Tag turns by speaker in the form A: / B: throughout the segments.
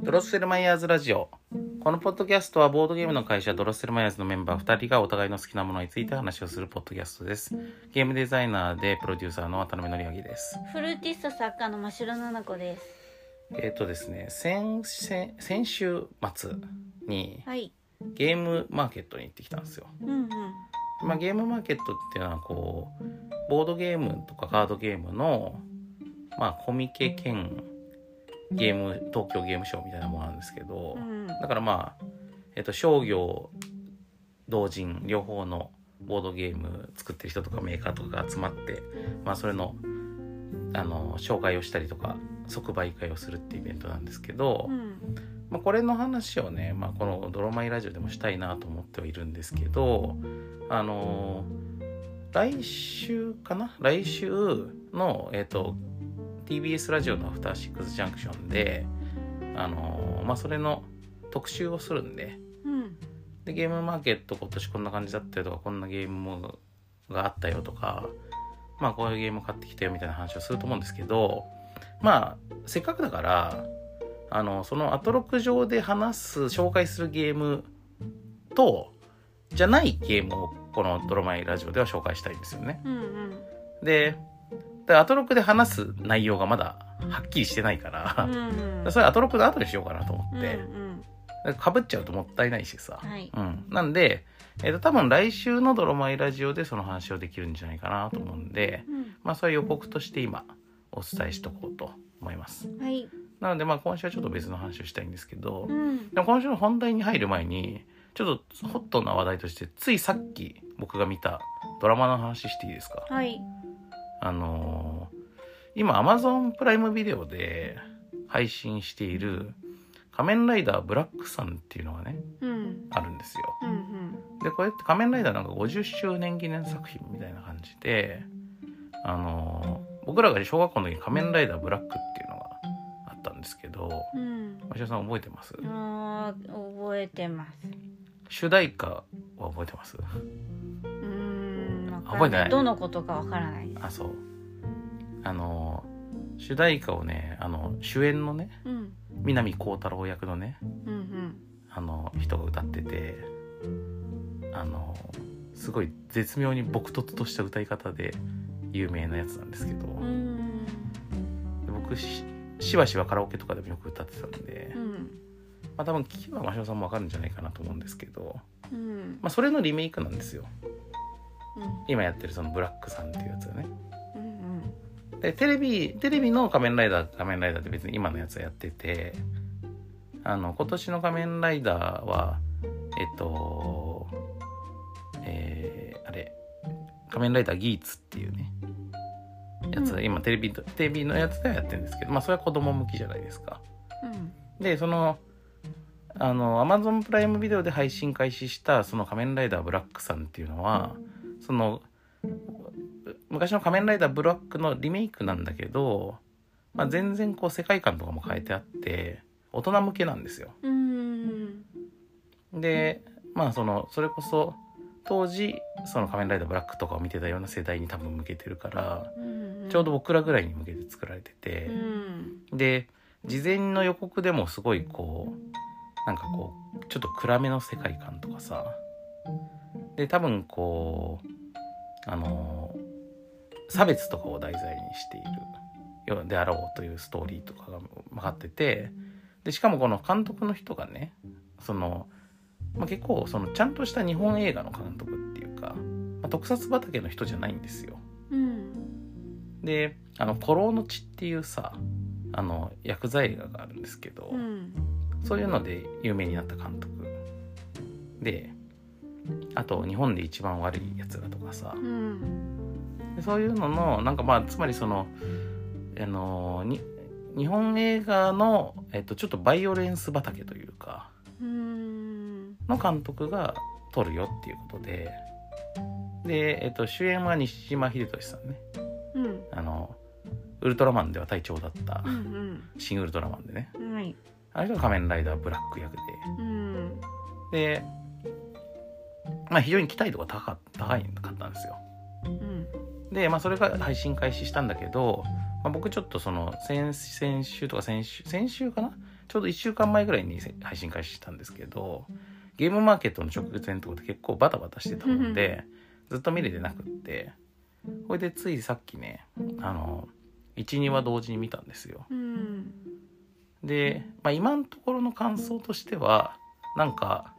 A: ドロッセルマイヤーズラジオこのポッドキャストはボードゲームの会社ドロッセルマイヤーズのメンバー2人がお互いの好きなものについて話をするポッドキャストですゲームデザイナーでプロデューサーの渡辺則明です
B: フルーティスト作家の真白なな子です。
A: えっ、とですね先先先週末に
B: はい。
A: ゲームマーケットに行ってきたんですよ
B: うんうん。
A: まあ、ゲームマーケットっていうのはこうボードゲームとかカードゲームの、まあ、コミケ兼ゲーム東京ゲームショーみたいなものなんですけど、
B: うん
A: だからまあ、えっと商業同人両方のボードゲーム作ってる人とかメーカーとかが集まって、まあ、それのあの紹介をしたりとか即売会をするっていうイベントなんですけど、
B: うん。
A: まあ、これの話をね、まあ、この「ドロマイラジオ」でもしたいなと思ってはいるんですけどあのー来週かな来週の、えっと TBS ラジオの「アフターシックスジャンクションで」あのーまあ、それの特集をするんで
B: うん。
A: でゲームマーケット今年こんな感じだったよとかこんなゲームがあったよとかまあこういうゲーム買ってきたよみたいな話をすると思うんですけどまあせっかくだからあのそのアトロク上で話す紹介するゲームとじゃないゲームをこの「ドロマイラジオ」では紹介したいんですよね。
B: うんうん。
A: ででアトロクで話す内容がまだはっきりしてないから
B: うん、うん。
A: それアトロクの後にしようかなと思
B: う
A: っ
B: ん
A: て、
B: うん。
A: かぶっちゃうともったいないしさ。
B: はい。
A: うん、なんで、えー、と多分来週の「ドロマイラジオ」でその話をできるんじゃないかなと思うんで、
B: う
A: まあ、それは予告として今お伝えしとこうと思います
B: ん。はい。
A: なのでまあ今週はちょっと別の話をしたいんですけど
B: うん。
A: でも今週の本題に入る前にちょっとホットな話題としてついさっき僕が見たドラマの話していいですか
B: はい。
A: あのー今 Amazon プライムビデオで配信している「仮面ライダーブラックさん」っていうのがね
B: うん。
A: あるんですよ
B: うんうん。
A: でこれって仮面ライダーなんか50周年記念作品みたいな感じであのー僕らが小学校の時に仮面ライダーブラックっていうのがあったんですけど
B: うん。
A: 町田さん覚えてます
B: あー覚えてます。
A: 主題歌は覚えてます
B: うーん。わかん
A: 覚えてない
B: どのことかわからないです。
A: あそうあのー主題歌をねあの主演のね
B: うん。
A: 南光太郎役のね
B: うん
A: あの人が歌っててあのーすごい絶妙に朴突とした歌い方で有名なやつなんですけど、
B: うん。うん。
A: で僕ししばしばカラオケとかでもよく歌ってたんで、
B: う
A: ま
B: ん。
A: あ、多分聞けば真汐さんも分かるんじゃないかなと思うんですけど、
B: うん。
A: まあ、それのリメイクなんですよ
B: うん。
A: 今やってるそのブラックさんっていうやつがね
B: うん。
A: でテレビテレビの「仮面ライダー」「仮面ライダー」って別に今のやつはやっててあの今年の「仮面ライダーは」えっとえーあれ「仮面ライダーギーツ」っていうねやつが今テレビとテレビのやつではやってるんですけどまあそれは子供向きじゃないですか。
B: うん。
A: でそのあの Amazon プライムビデオで配信開始したその「仮面ライダーブラック」さんっていうのはその昔の「仮面ライダーブラック」のリメイクなんだけど、まあ、全然こう世界観とかも変えてあって大人向けなんですよ。
B: うん。
A: でまあそのそれこそ当時その「仮面ライダーブラック」とかを見てたような世代に多分向けてるから
B: うん。
A: ちょうど。僕らぐらいに向けて作られてて。
B: うん。
A: で事前の予告でもすごいこうなんかこうちょっと暗めの世界観とかさで多分こうあの差別とかを題材にしているようであろうというストーリーとかが分かっててでしかもこの監督の人がねその、まあ、結構そのちゃんとした日本映画の監督っていうか、まあ特撮畑の人じゃないんですよ。
B: うん。
A: で「あの古老の地」っていうさあの薬剤映画があるんですけど、
B: うん。
A: そういうので有名になった監督であと「日本で一番悪いやつら」とかさ
B: うん。
A: でそういうののなんかまあつまりそのあのに日本映画の、えっと、ちょっとバイオレンス畑というか
B: うん。
A: の監督が撮るよっていうことでで、えっと、主演は西島秀俊さんね
B: うん。
A: あのウルトラマンでは隊長だった
B: うん
A: 新ウルトラマンでね
B: うん。はい。
A: あれが仮面ライダーブラック役
B: うん。
A: ででまあ非常に期待度が高か高いかったんですよ
B: うん。
A: でまあそれが配信開始したんだけど、まあ、僕ちょっとその先先週とか先週先週かなちょちょうど1週間前ぐらいに配信開始したんですけどゲームマーケットの直前とかで結構バタバタしてたもんでずっと見れてなくってほいでついさっきねあの12話同時に見たんですよ
B: うん
A: で、まあ、今のところの感想としてはなんか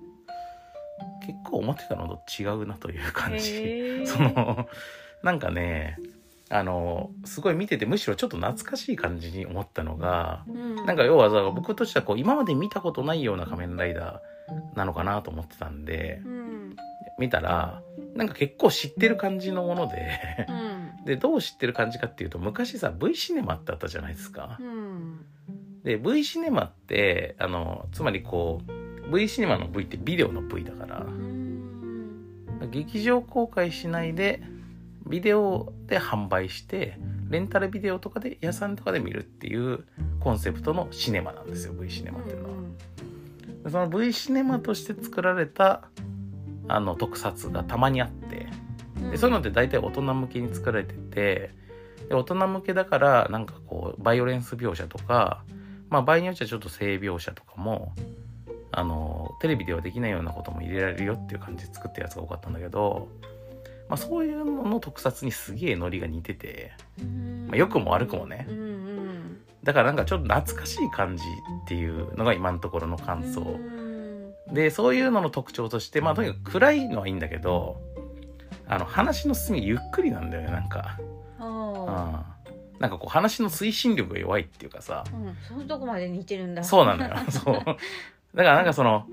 A: 結構思ってたのと違うなという感じ、
B: へ ー
A: そのなんかねあのすごい見ててむしろちょっと懐かしい感じに思ったのが
B: うん
A: なんか要はさ僕としてはこう今まで見たことないような仮面ライダーなのかなと思ってたんで
B: うん
A: 見たらなんか結構知ってる感じのもので
B: うん
A: でどう知ってる感じかっていうと昔さ V シネマってあったじゃないですか
B: う。ん
A: で V シネマってあのつまりこう V シネマの V ってビデオの V だから
B: うん
A: 劇場公開しないでビデオで販売してレンタルビデオとかで屋さんとかで見るっていうコンセプトのシネマなんですよ V シネマっていうのは。でその V シネマとして作られたあの特撮がたまにあってでそういうのって大体大人向けに作られててで大人向けだからなんかこうバイオレンス描写とか、まあ、場合によっちゃちょっと性描写とかもあのテレビではできないようなことも入れられるよっていう感じで作ったやつが多かったんだけど、まあ、そういうのの特撮にすげえノリが似てて
B: うん
A: まあ良くも悪くもね
B: うんうん
A: だからなんかちょっと懐かしい感じっていうのが今のところの感想。
B: うん
A: でそういうのの特徴としてまあとにかく暗いのはいいんだけどあの話の進みゆっくりなんだよねなんか、うん、
B: あ
A: なんかこう話の推進力が弱いっていうかさ
B: あうんそういうとこまで似てるんだ
A: そうなの よそうだからなんかその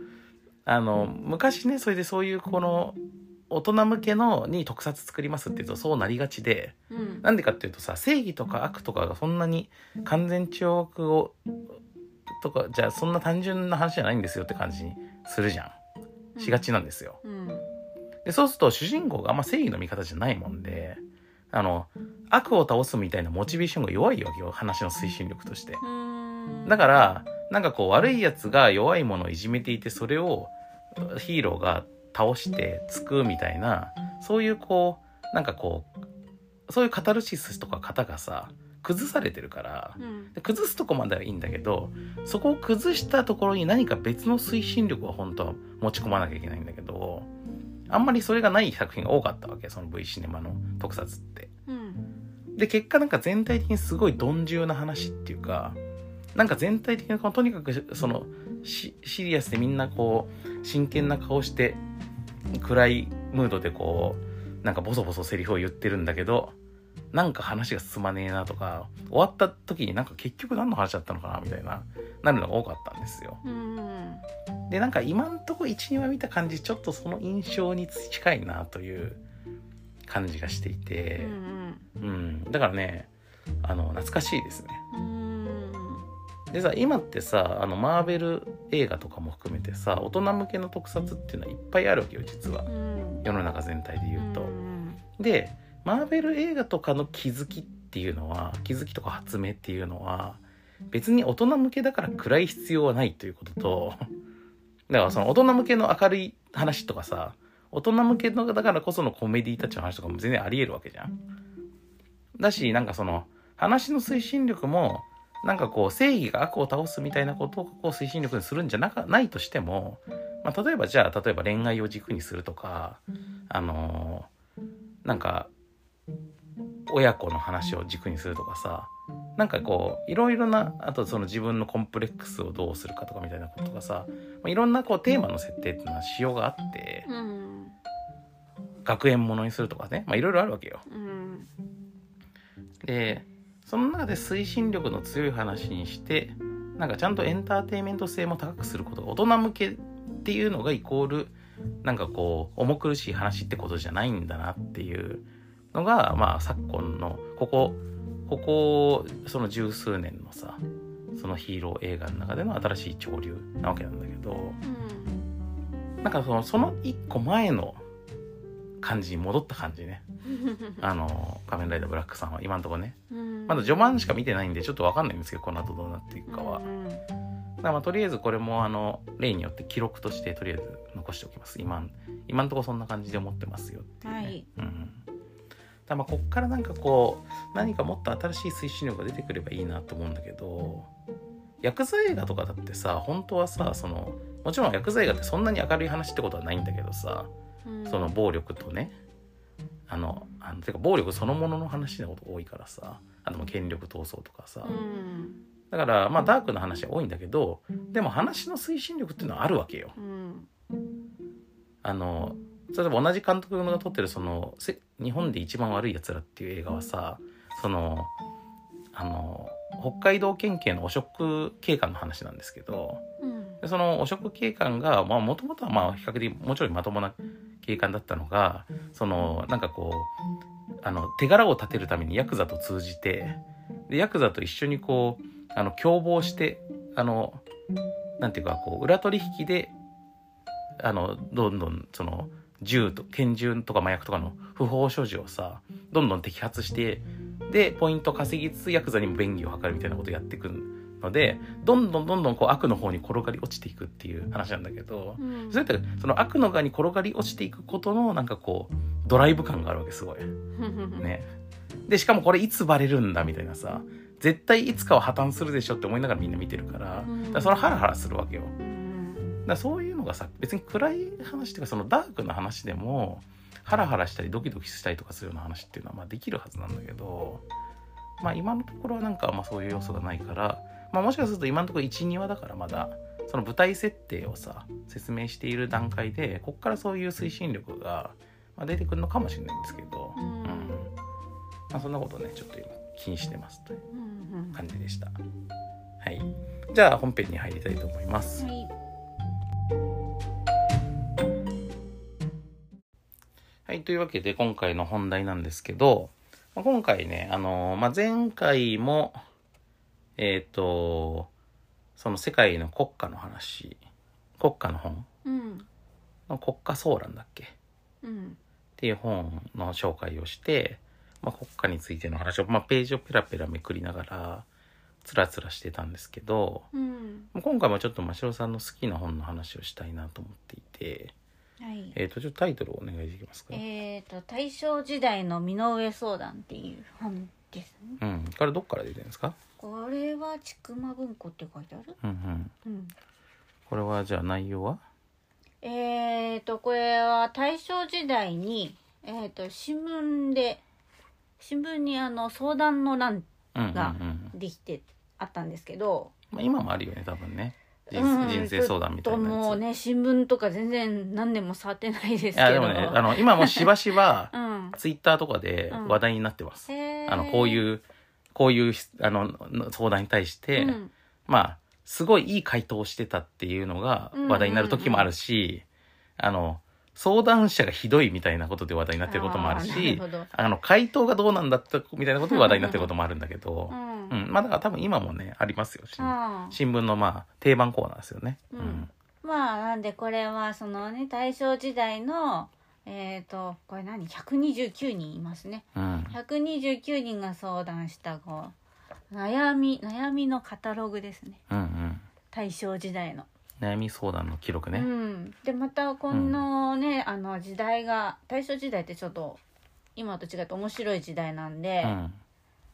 A: あの昔ねそれでそういうこの大人向けのに特撮作りますっていうとそうなりがちで
B: うん
A: なんでかっていうとさ正義とか悪とかがそんなに完全懲悪をとかじゃあそんな単純な話じゃないんですよって感じにするじゃんしがちなんですよ。
B: うん
A: でそうすると主人公があんま正義の味方じゃないもんであの悪を倒すみたいなモチベーションが弱いわけよ話の推進力として
B: うん
A: だからなんかこう悪いやつが弱いものをいじめていてそれをヒーローが倒して救うみたいなそういうこうなんかこうそういうカタルシスとか型がさ崩されてるから
B: うん
A: で崩すとこまではいいんだけどそこを崩したところに何か別の推進力を本当は持ち込まなきゃいけないんだけどあんまりそれがない作品が多かったわけその V シネマの特撮って。
B: うん
A: で結果なんか全体的にすごい鈍重な話っていうかなんか全体的にこのとにかくそのシシリアスでみんなこう真剣な顔して暗いムードでこうなんかボソボソセリフを言ってるんだけどなんか話が進まねえなとか終わった時になんか結局何の話だったのかなみたいななるのが多かったんですよ。
B: うん
A: でなんか今んとこ12話見た感じちょっとその印象に近いなという感じがしていて。
B: うん
A: うん、だからねあの懐かしいですね
B: うん
A: でさ今ってさあのマーベル映画とかも含めてさ大人向けの特撮っていうのはいっぱいあるわけよ実は
B: うん
A: 世の中全体で言うと
B: う、ん
A: でマーベル映画とかの気づきっていうのは気づきとか発明っていうのは別に大人向けだから暗い必要はないということと だからその大人向けの明るい話とかさ大人向けのだからこそのコメディータッチの話とかも全然ありえるわけじゃん。だしなんかその話の推進力もなんかこう正義が悪を倒すみたいなことをこう推進力にするんじゃなかないとしても、まあ、例えばじゃあ例えば恋愛を軸にするとかあのーなんか親子の話を軸にするとかさなんかこういろいろなあとその自分のコンプレックスをどうするかとかみたいなことがさ、まあ、いろんなこうテーマの設定っていうのは仕様があって
B: うん
A: 学園ものにするとかね、まあ、いろいろあるわけよ。
B: うん
A: でその中で推進力の強い話にしてなんかちゃんとエンターテインメント性も高くすることが大人向けっていうのがイコールなんかこう重苦しい話ってことじゃないんだなっていうのがまあ昨今のここここその十数年のさそのヒーロー映画の中での新しい潮流なわけなんだけど
B: うん
A: なんかそのその一個前の感じに戻った感じねあの「仮面ライダーブラック」さんは今んとこね
B: うん
A: まだ序盤しか見てないんでちょっとわかんないんですけどこの後どうなっていくかは
B: う。ん
A: だからまあとりあえずこれもあの例によって記録としてとりあえず残しておきます。今今のところそんな感じで思ってますよっていう、ね。
B: はい
A: うん。だからまあこっからなんかこう何かもっと新しい推進力が出てくればいいなと思うんだけど、薬剤映画とかだってさ本当はさそのもちろん薬剤映画ってそんなに明るい話ってことはないんだけどさ
B: うん
A: その暴力とねあのあのてか暴力そのものの話のこと多いからさあとも権力闘争とかさ、
B: うん
A: だからまあダークな話は多いんだけどでも話の推進力っていうのはあるわけよ。
B: うん
A: あの例えば同じ監督が撮ってるそのせ「日本で一番悪いやつら」っていう映画はさそのあの北海道県警の汚職警官の話なんですけど
B: うん
A: でその汚職警官がもともとはまあ比較的もちろんまともな警官だったのがそのなんかこうあの手柄を立てるためにヤクザと通じてでヤクザと一緒にこうあの共謀してあのなんていうかこう裏取引であのどんどんその銃と拳銃とか麻薬とかの不法所持をさどんどん摘発してでポイント稼ぎつつヤクザにも便宜を図るみたいなことをやっていくのでどんどんどんどんこう悪の方に転がり落ちていくっていう話なんだけど
B: うん
A: それってその悪の側に転がり落ちていくことのなんかこうドライブ感があるわけすごい。ね。でしかもこれいつバレるんだみたいなさ絶対いつかは破綻するでしょって思いながらみんな見てるから
B: うん
A: だからそれはハラハラするわけよ。だか
B: うん
A: らそういうのがさ別に暗い話っていうかそのダークな話でもハラハラしたりドキドキしたりとかするような話っていうのはまあできるはずなんだけど、まあ、今のところはなんかあんまそういう要素がないから、まあ、もしかすると今のところ12話だからまだその舞台設定をさ説明している段階でこっからそういう推進力がまあ出てくるのかもしれないんですけど、
B: うん
A: まあ、そんなことねちょっと今気にしてますという
B: うん
A: 感じでした。はい、じゃあ本編に入りたいと思います。
B: はい
A: はい、というわけで今回の本題なんですけど、まあ、今回ね、あのーまあ、前回も、えっ、と、その世界の国家の話、国家の本、
B: うん
A: 国家騒乱だっけっ
B: うん
A: ていう本の紹介をして、まあ、国家についての話を、まあ、ページをペラペラめくりながら、つらつらしてたんですけど、
B: うん
A: 今回もちょっと真城さんの好きな本の話をしたいなと思っていて、
B: はい
A: えっ、と、ちょっとタイトルをお願いできますか。
B: えーと大正時代の身の上相談っていう本ですね
A: うん、これどっから出てるんですか
B: これはちくま文庫って書いてある
A: うんうん。
B: うん
A: これはじゃあ内容は
B: えーとこれは大正時代に、えー、と新聞で新聞にあの相談の欄
A: うんうんうん、
B: が
A: ま
B: できてあったんですけど、
A: あ、今もあるよね多分ね人,、
B: うん
A: 人生相談みたい
B: ちょっと
A: な
B: も
A: や
B: う
A: つ、
B: ね新聞とか全然何年も触ってないですけ
A: い
B: ど
A: やでもねあの今もしばしば
B: うん
A: ツイッターとかで話題になってます、
B: へー
A: あのこういうこういうあのの相談に対して、
B: うん
A: まあすごいいい回答をしてたっていうのが話題になる時もあるし、あの相談者がひどいみたいなことで話題になってることもある
B: あー
A: し
B: なるほど
A: あの回答がどうなんだったみたいなことで話題になってることもあるんだけど、う
B: う
A: んん、まあだから多分今もねありますよ新
B: あー
A: 新聞のまあ定番コーナーですよね。
B: うんまあなんでこれはそのね大正時代のえっ、とこれ何129人いますね
A: うん
B: 129人が相談したこう悩み悩みのカタログですね
A: うんうん
B: 大正時代の、
A: 悩み相談の記録
B: う
A: ね。
B: ん、でまたこのね、あの時代が大正時代ってちょっと今と違って面白い時代なんで、
A: うん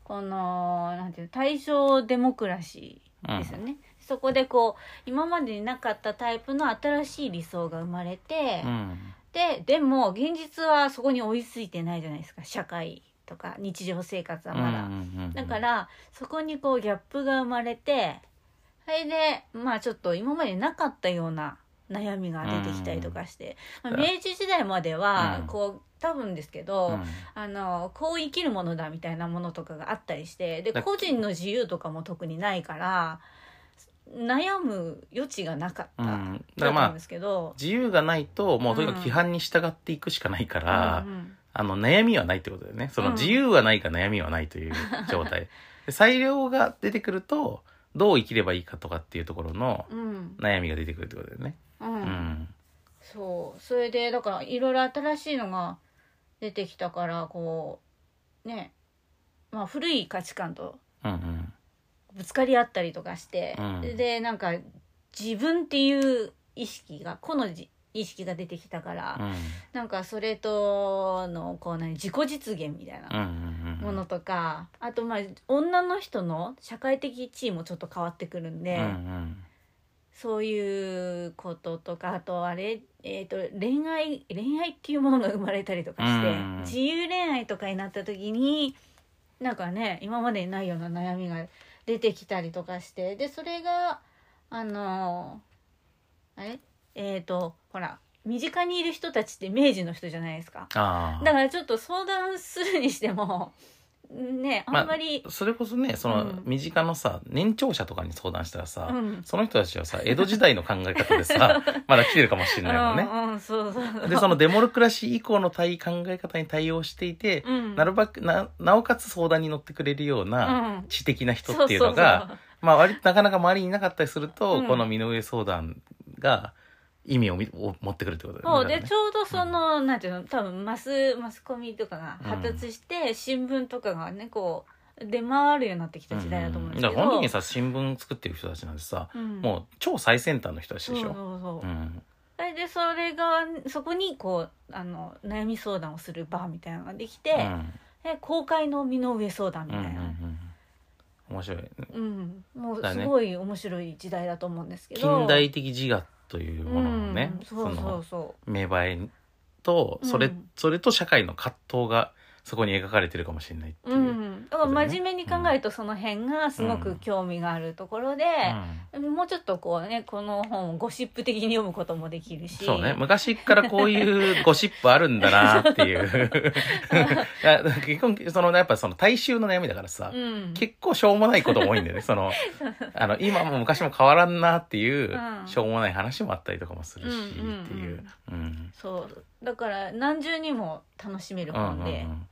B: このなんていうの大正デモクラシーですよね、そこでこう今までになかったタイプの新しい理想が生まれて、
A: うん
B: ででも現実はそこに追いついてないじゃないですか社会とか日常生活はまだ。
A: うんうんうん
B: だからそこにこうギャップが生まれてそれでまあちょっと今までなかったような悩みが出てきたりとかして、
A: ん
B: まあ、明治時代までは
A: うん
B: こう多分ですけど、
A: うん
B: あのこう生きるものだみたいなものとかがあったりしてで
A: だ
B: 個人の自由とかも特にないから悩む余地がなかった、
A: うんだか
B: だ
A: ら
B: と思うん
A: まあ
B: ですけど。
A: 自由がないともうとにかく規範に従っていくしかないから、
B: うんうん
A: あの悩みはないってことだよね。その
B: うん
A: 自由はないか悩みはないという状態。で裁量が出てくるとどう生きればいいかとかっていうところの
B: うん
A: 悩みが出てくるってことだよね。
B: う
A: うんん
B: そうそれでだからいろいろ新しいのが出てきたからこうねまあ古い価値観と
A: うんうん
B: ぶつかり合ったりとかして、
A: うん
B: でなんか自分っていう意識が個のじ意識が出てきたから、
A: うん
B: なんかそれとのこう何自己実現みたい
A: うんう
B: なんものとか、あとまあ女の人の社会的地位もちょっと変わってくるんで、
A: うんうん
B: そういうこととかあとあれ、えー、と恋愛恋愛っていうものが生まれたりとかして、
A: うん
B: 自由恋愛とかになった時になんかね今までにないような悩みが出てきたりとかしてでそれがあのあれえっ、とほら身近にいる人たちって明治の人じゃないですか。
A: ああ
B: だからちょっと相談するにしてもね
A: まあ
B: あんまり、
A: それこそねその
B: うん
A: 身近のさ年長者とかに相談したらさ、
B: うん
A: その人たちはさ江戸時代の考え方で さまだ来てるかもしれないもんね。
B: うんうん、そうそうそう
A: でそのデモルクラシー以降の対考え方に対応していて、
B: うん
A: なるばくななおかつ相談に乗ってくれるような
B: うん
A: 知的な人っていうのが、
B: そうそう
A: まあ割となかなか周りにいなかったりすると、
B: うん
A: この身の上相談が意味をみを持ってくるってことだ
B: そ
A: よ
B: うそう
A: ね。
B: でちょうどその、なんていうの多分マスマスコミとかが発達して、新聞とかがねこう出回るようになってきた時代だと思うんですけど、
A: だから本当にさ新聞作ってる人たちなんてさ、
B: うん
A: もう超最先端の人たちでし
B: そう
A: ょ。
B: そうそう
A: う、ん
B: それでそれがそこにこうあの悩み相談をするバーみたいなのができて、
A: うん
B: で公開の身の上相談み
A: うん
B: た
A: う
B: い
A: んう
B: な、
A: ん面白いね
B: うん、もう
A: だ
B: す
A: ね
B: ごい面白い時代だと思うんですけど
A: 近代的自我というもののね、
B: うん、そうそうそ
A: 芽生えとそれ,、
B: うん
A: それと社会の葛藤がそこに描かれてるかもしれないって
B: う
A: いう。
B: う
A: うん
B: んだから真面目に考えるとその辺がすご
A: う
B: く
A: ん
B: 興味があるところで、もうちょっとこうねこの本をゴシップ的に読むこともできるし
A: そうね昔からこういうゴシップあるんだなっていう いや結婚そのやっぱその大衆の悩みだからさ、
B: うん、
A: 結構しょうもないことも多いんだよねそ のあの今も昔も変わらんなっていう、
B: うん
A: しょうもない話もあったりとかもするしって
B: うんうんうん
A: いう。うん
B: そうだから何重にも楽しめる本で
A: うんうんうん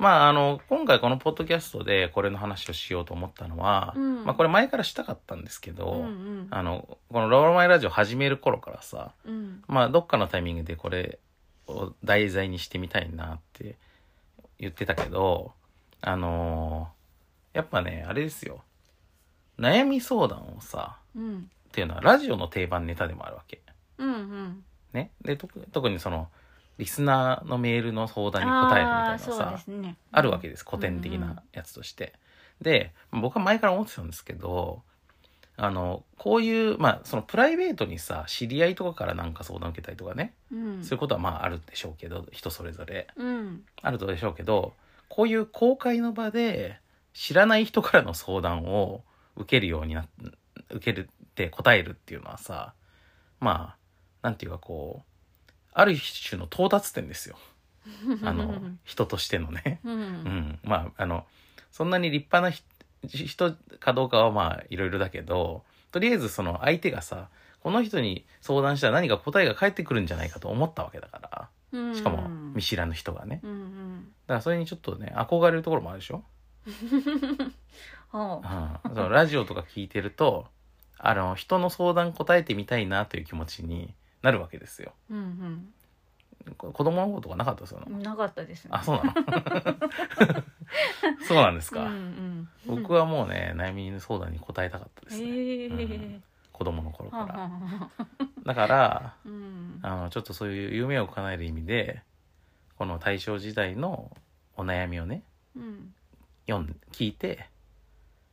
A: まああの今回このポッドキャストでこれの話をしようと思ったのは、
B: うん
A: まあ、これ前からしたかったんですけど、
B: うんうん
A: あのこの「ロールマイラジオ」始める頃からさ、
B: うん
A: まあ、どっかのタイミングでこれを題材にしてみたいなって言ってたけどあのーやっぱねあれですよ悩み相談をさ
B: うん
A: っていうのはラジオの定番ネタでもあるわけ。
B: うんうん
A: ね、で特特にそのリスナーのメールの相談に答えるみたいな
B: あ
A: の
B: あそう
A: さ
B: ですね
A: あるわけです古典的なやつとして。で僕は前から思ってたんですけどあのこういうまあそのプライベートにさ知り合いとかからなんか相談受けたりとかね、
B: うん
A: そういうことはまああるでしょうけど人それぞれ
B: うん
A: あるでしょうけどこういう公開の場で知らない人からの相談を受けるようになっ受けるって答えるっていうのはさまあなんていうかこうある種の到達点ですよあの 人としてのね。
B: うん
A: うん、まああのそんなに立派なひ人かどうかはまあいろいろだけどとりあえずその相手がさこの人に相談したら何か答えが返ってくるんじゃないかと思ったわけだか
B: うん
A: らしかも見知らぬ人がね
B: うんうん
A: だからそれにちょっとね憧れるところもあるでしょ、
B: ほ
A: うん、 そのラジオとか聞いてるとあの人の相談答えてみたいなという気持ちになるわけですよ
B: ううん
A: こ子供のことがなかったですよね
B: うんなかったですね
A: あそうなの そうなんですか、
B: うんうん
A: 僕はもうね悩み相談に答えたかったですね、
B: へ
A: うん
B: え
A: 子供の頃
B: はあ
A: か
B: は
A: ら
B: あはあ
A: だから
B: うん
A: あのちょっとそういう夢を叶える意味でこの大正時代のお悩みをね
B: うん
A: 読んで聞いて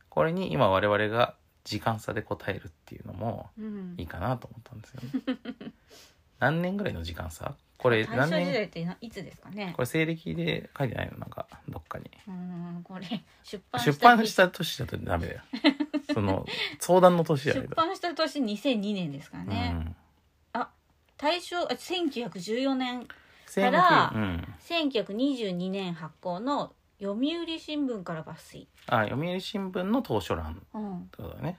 A: これに今我々が時間差で答えるっていうのも
B: うん
A: いいかなと思ったんですよね 何年ぐらいの時間差これ
B: 大
A: 何
B: 正時
A: 年
B: 代ってないつですかね
A: これ西暦で書いてないのなんかどっかに
B: うーんこれ出版
A: 出版した年だとダメだよその相談の年
B: 出
A: やけど、
B: 版した年2002年ですから
A: う
B: ね、
A: ん、
B: 大正あ1914年
A: 1900
B: ら
A: うん、
B: 1922年発行の読売新聞から抜粋、
A: あ読売新聞の当初欄
B: うん、
A: そうだね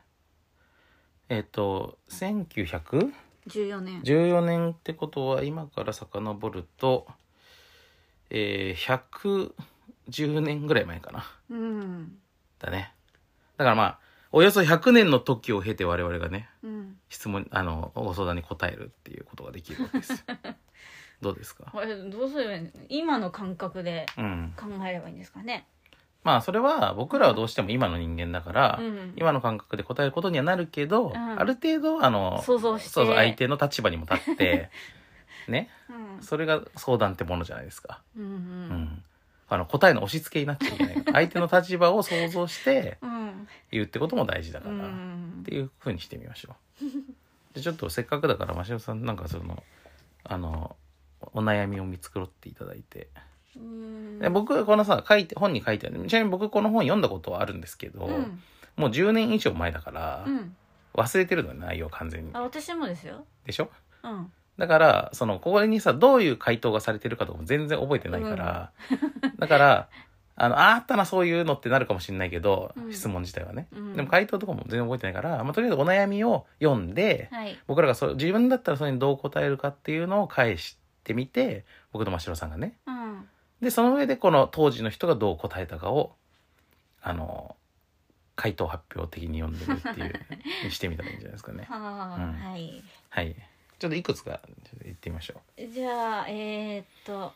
A: えっ、と1914
B: 14年
A: 年ってことは今から遡るとえー、110年ぐらい前かな
B: うん
A: だねだからまあおよそ100年の時を経て我々がね
B: うん
A: 質問あのご相談に答えるっていうことができるわけ ですよどうですか
B: これどうすればいいの今の感覚で
A: うん
B: 考えればいいんですかね
A: まあそれは僕らはどうしても今の人間だから、
B: うん
A: 今の感覚で答えることにはなるけど、
B: ん
A: ある程度あの
B: 想像して
A: そうそう相手の立場にも立ってね
B: うん
A: それが相談ってものじゃないですか、
B: うんう
A: うん
B: ん
A: あの答えの押し付けになっちゃいけないから相手の立場を想像して
B: うん
A: 言うってことも大事だ
B: う
A: から、っ
B: ん
A: ていうふうにしてみましょうでちょっとせっかくだから真汐さんなんかそのあのお悩みを見繕っていただいて、
B: うん
A: で僕このさ書いて本に書いてあるちなみに僕この本読んだことはあるんですけど、
B: うん
A: もう10年以上前だから、
B: うん
A: 忘れてるのよ内容完全に
B: あ私もですよ
A: でしょ
B: うん
A: だからそのここにさどういう回答がされてるかとかも全然覚えてないから、だからあのああったなそういうのってなるかもしれないけど、
B: うん
A: 質問自体はね、
B: うん
A: でも回答とかも全然覚えてないから、まあ、とりあえずお悩みを読んで、
B: はい
A: 僕らがそれ自分だったらそれにどう答えるかっていうのを返してみて僕と真城さんがね
B: うん
A: でその上でこの当時の人がどう答えたかをあの回答発表的に読んでる っていうにしてみたらいいんじゃないですかね。
B: はあ、
A: うん
B: はい
A: はい。ちょっといくつかちょっと言ってみましょ
B: じゃあえー、っと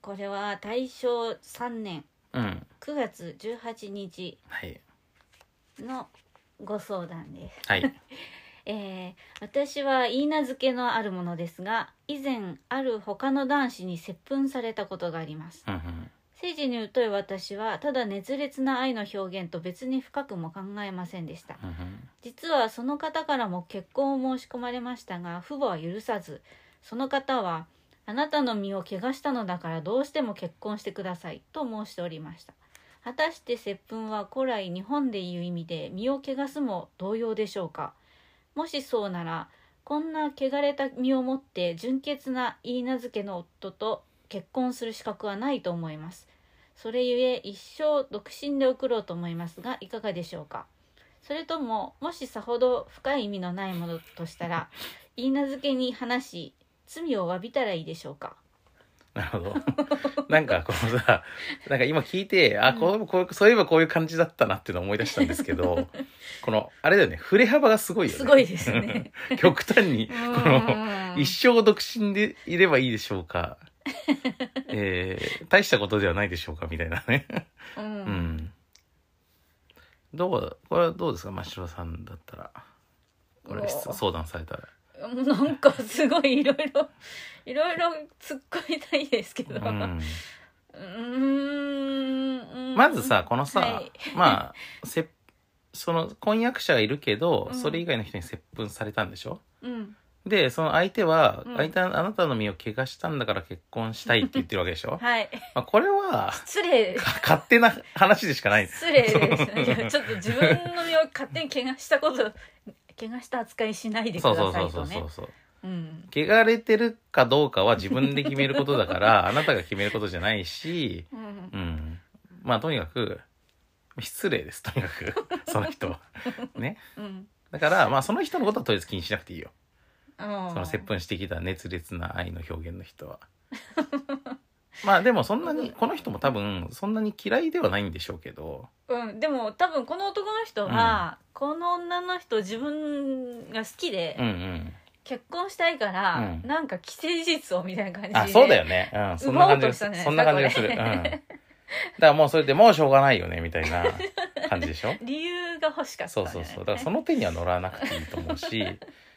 B: これは大正三年
A: う。うん。
B: 9月18日
A: はい。
B: のご相談です
A: はい。
B: えー私は言い名付けのあるものですが以前ある他の男子に接吻されたことがあります
A: うんうん。
B: 政治に疎い私はただ熱烈な愛の表現と別に深くも考えませんでした
A: うんうん。
B: 実はその方からも結婚を申し込まれましたが父母は許さずその方は「あなたの身を汚したのだからどうしても結婚してください」と申しておりました果たして接吻は古来日本でいう意味で身を汚すも同様でしょうかもしそうならこんな汚れた身を持って純潔な言い名付けの夫と結婚する資格はないと思いますそれゆえ一生独身で送ろうと思いますがいかがでしょうかそれとももしさほど深い意味のないものとしたら 言い名付けに話し罪を詫びたらいいでしょうか
A: なるほど。 なんかこのさ、なんか今聞いて、あ、こう、こう、そういえばこういう感じだったなっていうのを思い出したんですけ ど、この、あれだよね、振れ幅がすごいよね。
B: すごいですね。
A: 極端に、この、
B: うん
A: 一生独身でいればいいでしょう か。えー、大したことではないでしょうかみたいなね。
B: う
A: うんん。どう、これはどうですか真城さんだったら。これ、
B: うわ
A: 相談されたら。
B: なんかすごいいろいろいろいろ突っ込みたいですけど、う
A: う
B: ー
A: ん。
B: ん、うん
A: まずさこのさ、
B: はい
A: まあせその婚約者がいるけど、
B: うん
A: それ以外の人に接吻されたんでしょ
B: うん
A: でその相手は、
B: うん
A: 相手あなたの身を怪我したんだから結婚したいって言ってるわけでしょ、
B: はい
A: まあ、これは
B: 失礼
A: か勝手な話でしかないです
B: 失礼ですねいやちょっと自分の身を勝手に怪我したこと怪我した扱いしないでく
A: そう
B: だ
A: そう
B: さ
A: そ
B: いう
A: そ
B: と
A: うそ
B: ね
A: うそう
B: うん
A: 汚れてるかどうかは自分で決めることだから あなたが決めることじゃないし
B: うん
A: うんまあとにかく失礼ですとにかくその人はね
B: うん
A: だからまあその人のことはとりあえず気にしなくていいよ
B: その
A: その接吻してきた熱烈な愛の表現の人は。 まあでもそんなにこの人も多分そんなに嫌いではないんでしょうけど
B: うん、でも多分この男の人は、この女の人自分が好きで
A: うんうん
B: 結婚したいから、
A: うん
B: なんか既成事実をみたいな感じで
A: あそうだよねうん そんな感じがす
B: 奪おうとしたん
A: る、
B: じゃないですか
A: そんな感じがする、うん、
B: こ
A: だ
B: れ
A: からもうそれでもうしょうがないよねみたいな感じでし ょ
B: 理由が欲しかった
A: そ
B: ん
A: う
B: じ
A: そう
B: ゃない
A: そうだからその手には乗らなくていいと思うし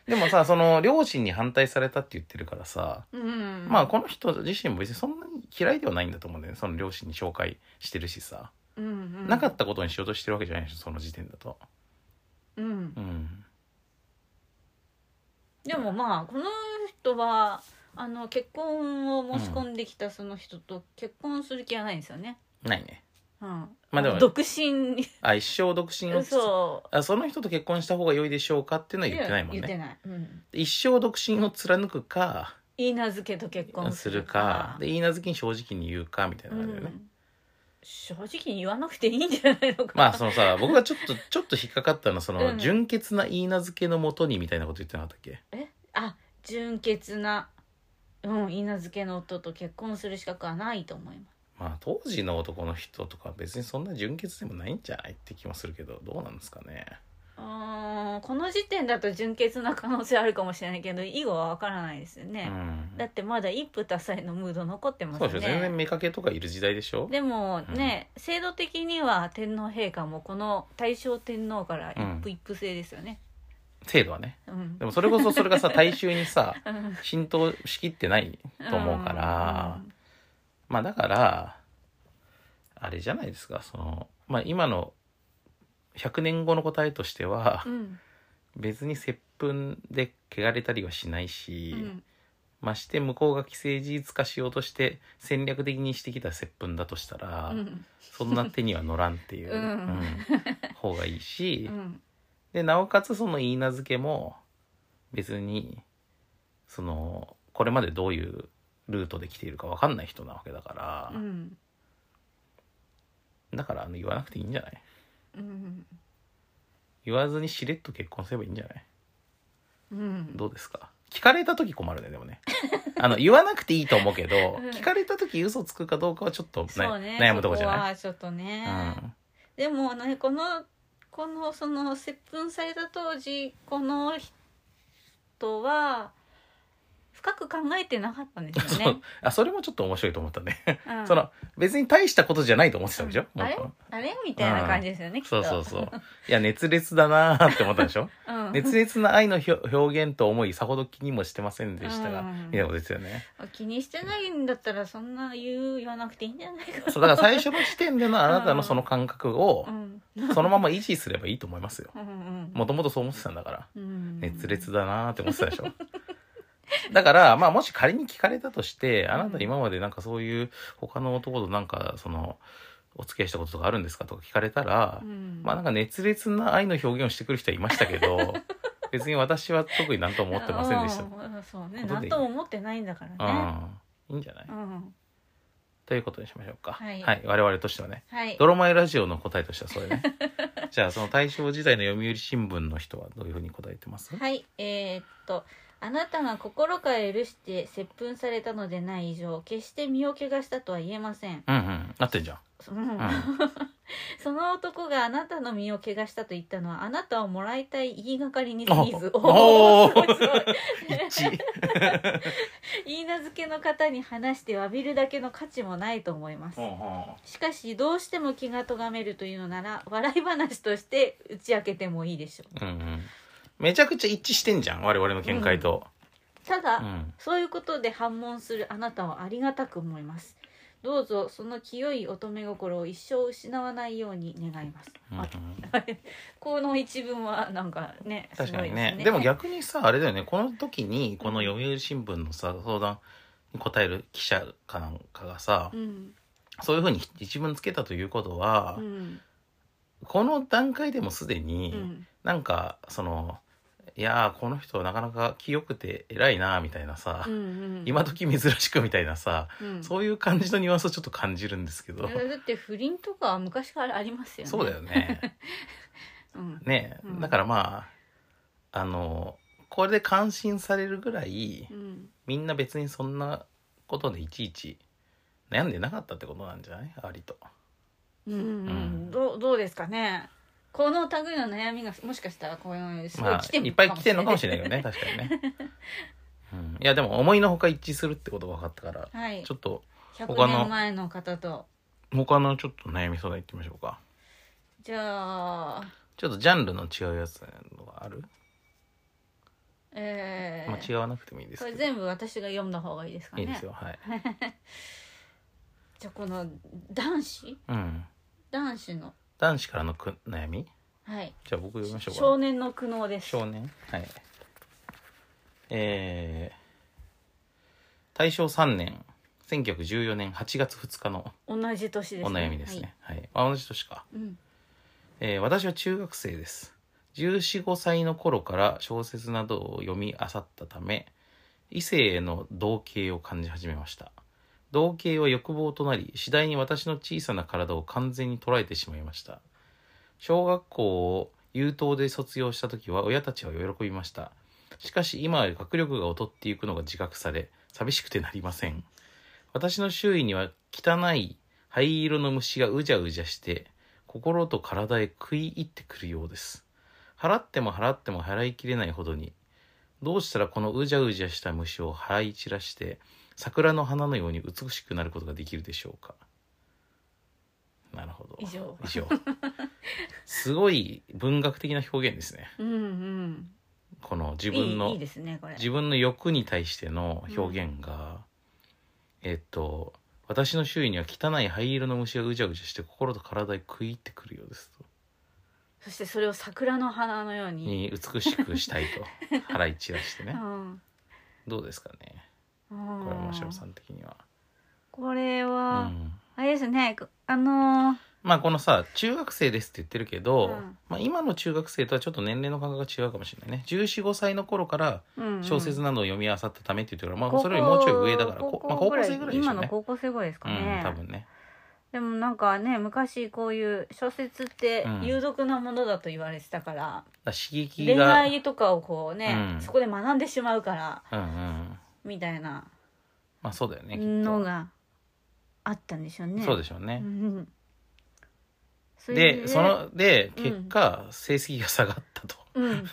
A: でもさその両親に反対されたって言ってるからさ
B: うん
A: まあこの人自身も別にそんなに嫌いではないんだと思うんだよねその両親に紹介してるしさ、
B: うんうん
A: なかったことにしようとしてるわけじゃないでしょその時点だと。
B: うん
A: うん
B: でもまあこの人はあの結婚を申し込んできたその人と結婚する気はないんですよね、
A: ないね
B: うん、
A: まあでも
B: 独身
A: あ一生独身を そ
B: そ
A: あその人と結婚した方が良いでしょうかっていうのは
B: う
A: 言ってないもん
B: 言って
A: ね
B: ない、うん、
A: 一生独身を貫くか
B: 言い名付けと結婚
A: す
B: す
A: る
B: る
A: か
B: か
A: で言い名付きに正直に言うかみたいな感じだよね、
B: うん正直に言わなくていいんじゃないのか
A: まあそのさ僕がちょっと ちょっと引っかかったのはその、
B: うん
A: 純潔な言い名付けのもとにみたいなこと言ってなかったっけ
B: えあ純潔なうん稲漬けの夫と結婚する資格はないと思いま
A: まあ当時の男の人とか別にそんな純潔でもないんじゃないって気もするけどどうなんですかね
B: すうーんこの時点だと純潔な可能性あるかもしれないけど以後は分からないです
A: う
B: よね、
A: ん
B: だってまだ一夫多妻のムード残ってます
A: そう
B: ね
A: でしょ全然見かけとかいる時代でしょ
B: でもね、制度的には天皇陛下もこの大正天皇から一夫一夫制ですよね
A: 制度はね
B: うん
A: でもそれこそそれがさ大衆にさ
B: うん
A: 浸透しきってないと思うから、
B: ん
A: まあだからあれじゃないですかその、まあ、今の100年後の答えとしては、
B: うん
A: 別に接吻で汚れたりはしないし、
B: うん
A: まして向こうが既成事実化しようとして戦略的にしてきた接吻だとしたら、
B: うん
A: そんな手には乗らんっていう、
B: うん
A: うん方がいい し、
B: うん
A: でなおかつその言い名付けも別にそのこれまでどういうルートで来ているか分かんない人なわけだから
B: う、ん
A: だからあの言わなくていいんじゃない
B: うん
A: 言わずにしれっと結婚すればいいんじゃない
B: うん
A: どうですか聞かれた時困るねで もねあの言わなくていいと思うけど、
B: うん
A: 聞かれた時嘘つくかどうかはちょっと、ね
B: そうね
A: 悩むとこじゃない
B: いちょっとね、
A: うん
B: でもねこのこのその接吻された当時この人は深く考えてなかったんで す
A: そ
B: よ
A: う
B: ね。
A: あそれもちょっと面白いと思ったね、
B: う ん
A: その別に大したことじゃないと思ってたでしょ、
B: うんあれ
A: もう
B: あれみたいな感じですよね、きっ
A: そ
B: と。
A: うそうそういや熱烈だなーって思ったでしょ
B: うん、
A: 熱烈な愛のひょ表現と思いさほど気にもしてませんでしたが、
B: うん
A: みたいなことですよね
B: 気にしてないんだったらそんな言う言わなくていいんじゃないか
A: そうだから最初の時点でのあなたのその感覚を
B: うん
A: そのまま維持すればいいと思いますよ
B: うんうん
A: もともとそう思ってたんだから
B: うん
A: 熱烈だなーって思ってたでしょだからまあもし仮に聞かれたとしてあなた今までなんかそういう他の男となんかそのお付き合いしたこととかあるんですかとか聞かれたら、
B: うん
A: まあなんか熱烈な愛の表現をしてくる人はいましたけど別に私は特に何とも思ってませんでした
B: ううんそうね
A: ことで
B: 何とも思ってないんだからね
A: うん、いいんじゃない、
B: うん
A: ということにしましょうか。
B: はい
A: 我々としてはね。
B: はい
A: 泥米ラジオの答えとしてはそれね。 じゃあ、その大正時代の読売新聞の人はどういうふうに答えてます、
B: はいえーっとあなたが心から許して接吻されたのでない以上決して身を汚したとは言えません、
A: うんうん。なってんじゃん。
B: うん
A: うん
B: その男があなたの身を汚したと言ったのはあなたをもらいたい言いがかりに過ぎず
A: お
B: お
A: お
B: ーすごいすごい
A: 一致。
B: 言い名付けの方に話して詫びるだけの価値もないと思います
A: ほうほ
B: しかしどうしても気が咎めるというのなら笑い話として打ち明けてもいいでしょう
A: ううんうん。めちゃくちゃ一致してんじゃん。我々の見解と。
B: ただ、
A: うん。
B: そういうことで反問するあなたをありがたく思いますどうぞその清い乙女心を一生失わないように願います、
A: うん
B: あこの一文はなんかね
A: 確かにね
B: すごいす
A: でも逆にさあれだよねこの時にこの読売新聞のさ相談に答える記者かなんかがさ、
B: うん
A: そういうふうに一文つけたということは、
B: うん
A: この段階でもすで
B: う
A: に、
B: ん
A: なんかそのいやーこの人なかなか清くて偉いなーみたいなさ、
B: うん
A: 今時珍しくみたいなさ、
B: うん
A: そういう感じのニュアンスをちょっと感じるんですけど、
B: だって不倫とかは昔からありますよね
A: そうだよ ね
B: うん
A: ね、
B: うん
A: だからまああのこれで感心されるぐらい
B: うん
A: みんな別にそんなことでいちいち悩んでなかったってことなんじゃない割と。
B: うんうんう
A: うん
B: ん、どうどうですかねこの類の悩みがもしかしたらこういうすごい
A: ま
B: 来
A: あ、
B: て
A: い
B: る
A: っぱい来てるのかもしれ
B: い
A: ないよね確かにね、うん、いやでも思いのほか一致するってことが分かったから、
B: はい
A: ちょっと他
B: 100
A: の
B: 年前の方と
A: 他のちょっと悩み相談いってみましょうか
B: じゃあ
A: ちょっとジャンルの違うやつのがある、
B: えー
A: まあ、違わなくてもいいです
B: こ
A: けど
B: れ全部私が読んだ方がいいですかね
A: いいですよはい、
B: じゃあこの男子
A: うん、
B: 男子の
A: 男子からのく悩み
B: はい
A: じゃあ僕読みましょうか
B: 少年の苦悩です
A: 少年はいえー、大正3年1914年8月2日の
B: 同じ年です
A: お悩みですねはい、あ同じ年か
B: はいうん
A: えー私は中学生です1415歳の頃から小説などを読み漁ったため異性への同型を感じ始めました同型は欲望となり次第に私の小さな体を完全に捉えてしまいました小学校を優等で卒業した時は親たちは喜びましたしかし今は学力が劣っていくのが自覚され寂しくてなりません私の周囲には汚い灰色の虫がうじゃうじゃして心と体へ食い入ってくるようです払っても払っても払いきれないほどにどうしたらこのうじゃうじゃした虫を払い散らして桜の花のように美しくなることができるでしょうかなるほど
B: 以上
A: 以上すごい文学的な表現ですね
B: うんうん
A: この自
B: 自
A: 分の
B: いいいいですねこれ
A: 自分の欲に対しての表現が、えっと私の周囲には汚い灰色の虫がうじゃうじゃして心と体に食い入ってくるようですと
B: そしてそれを桜の花のように、
A: に美しくしたいと 腹い散らして
B: う
A: ね
B: ん
A: どうですかね
B: うん
A: これはマシロさん的には、
B: これ
A: う
B: は、
A: ん、
B: あれですねあのー
A: まあこのさ中学生ですって言ってるけど、
B: うん
A: まあ、今の中学生とはちょっと年齢の感覚が違うかもしれないね1415歳の頃から
B: うんうん
A: 小説などを読み漁ったためって言ってるから、ま
B: 高
A: あ、
B: 校
A: それよりもうちょい上だから
B: 高
A: こ
B: 校,、
A: まあ、高校生ぐらいでしょ
B: 今
A: う
B: の
A: ね。
B: 高校生ぐらいですかね、
A: うん、多分ね。
B: でもなんかね昔こういう小説って
A: うん
B: 有毒なものだと言われてたから、
A: だから刺激
B: 恋
A: が、
B: 愛とかをこうね、
A: うん
B: そこで学んでしまうから
A: うんうん、
B: みたいな
A: まあそうだよね。きっと
B: のがあったんでしょうね。
A: そうでしょう
B: う
A: ね。
B: んそれ
A: でそ、ので結果、成績が下がったと。。
B: うん、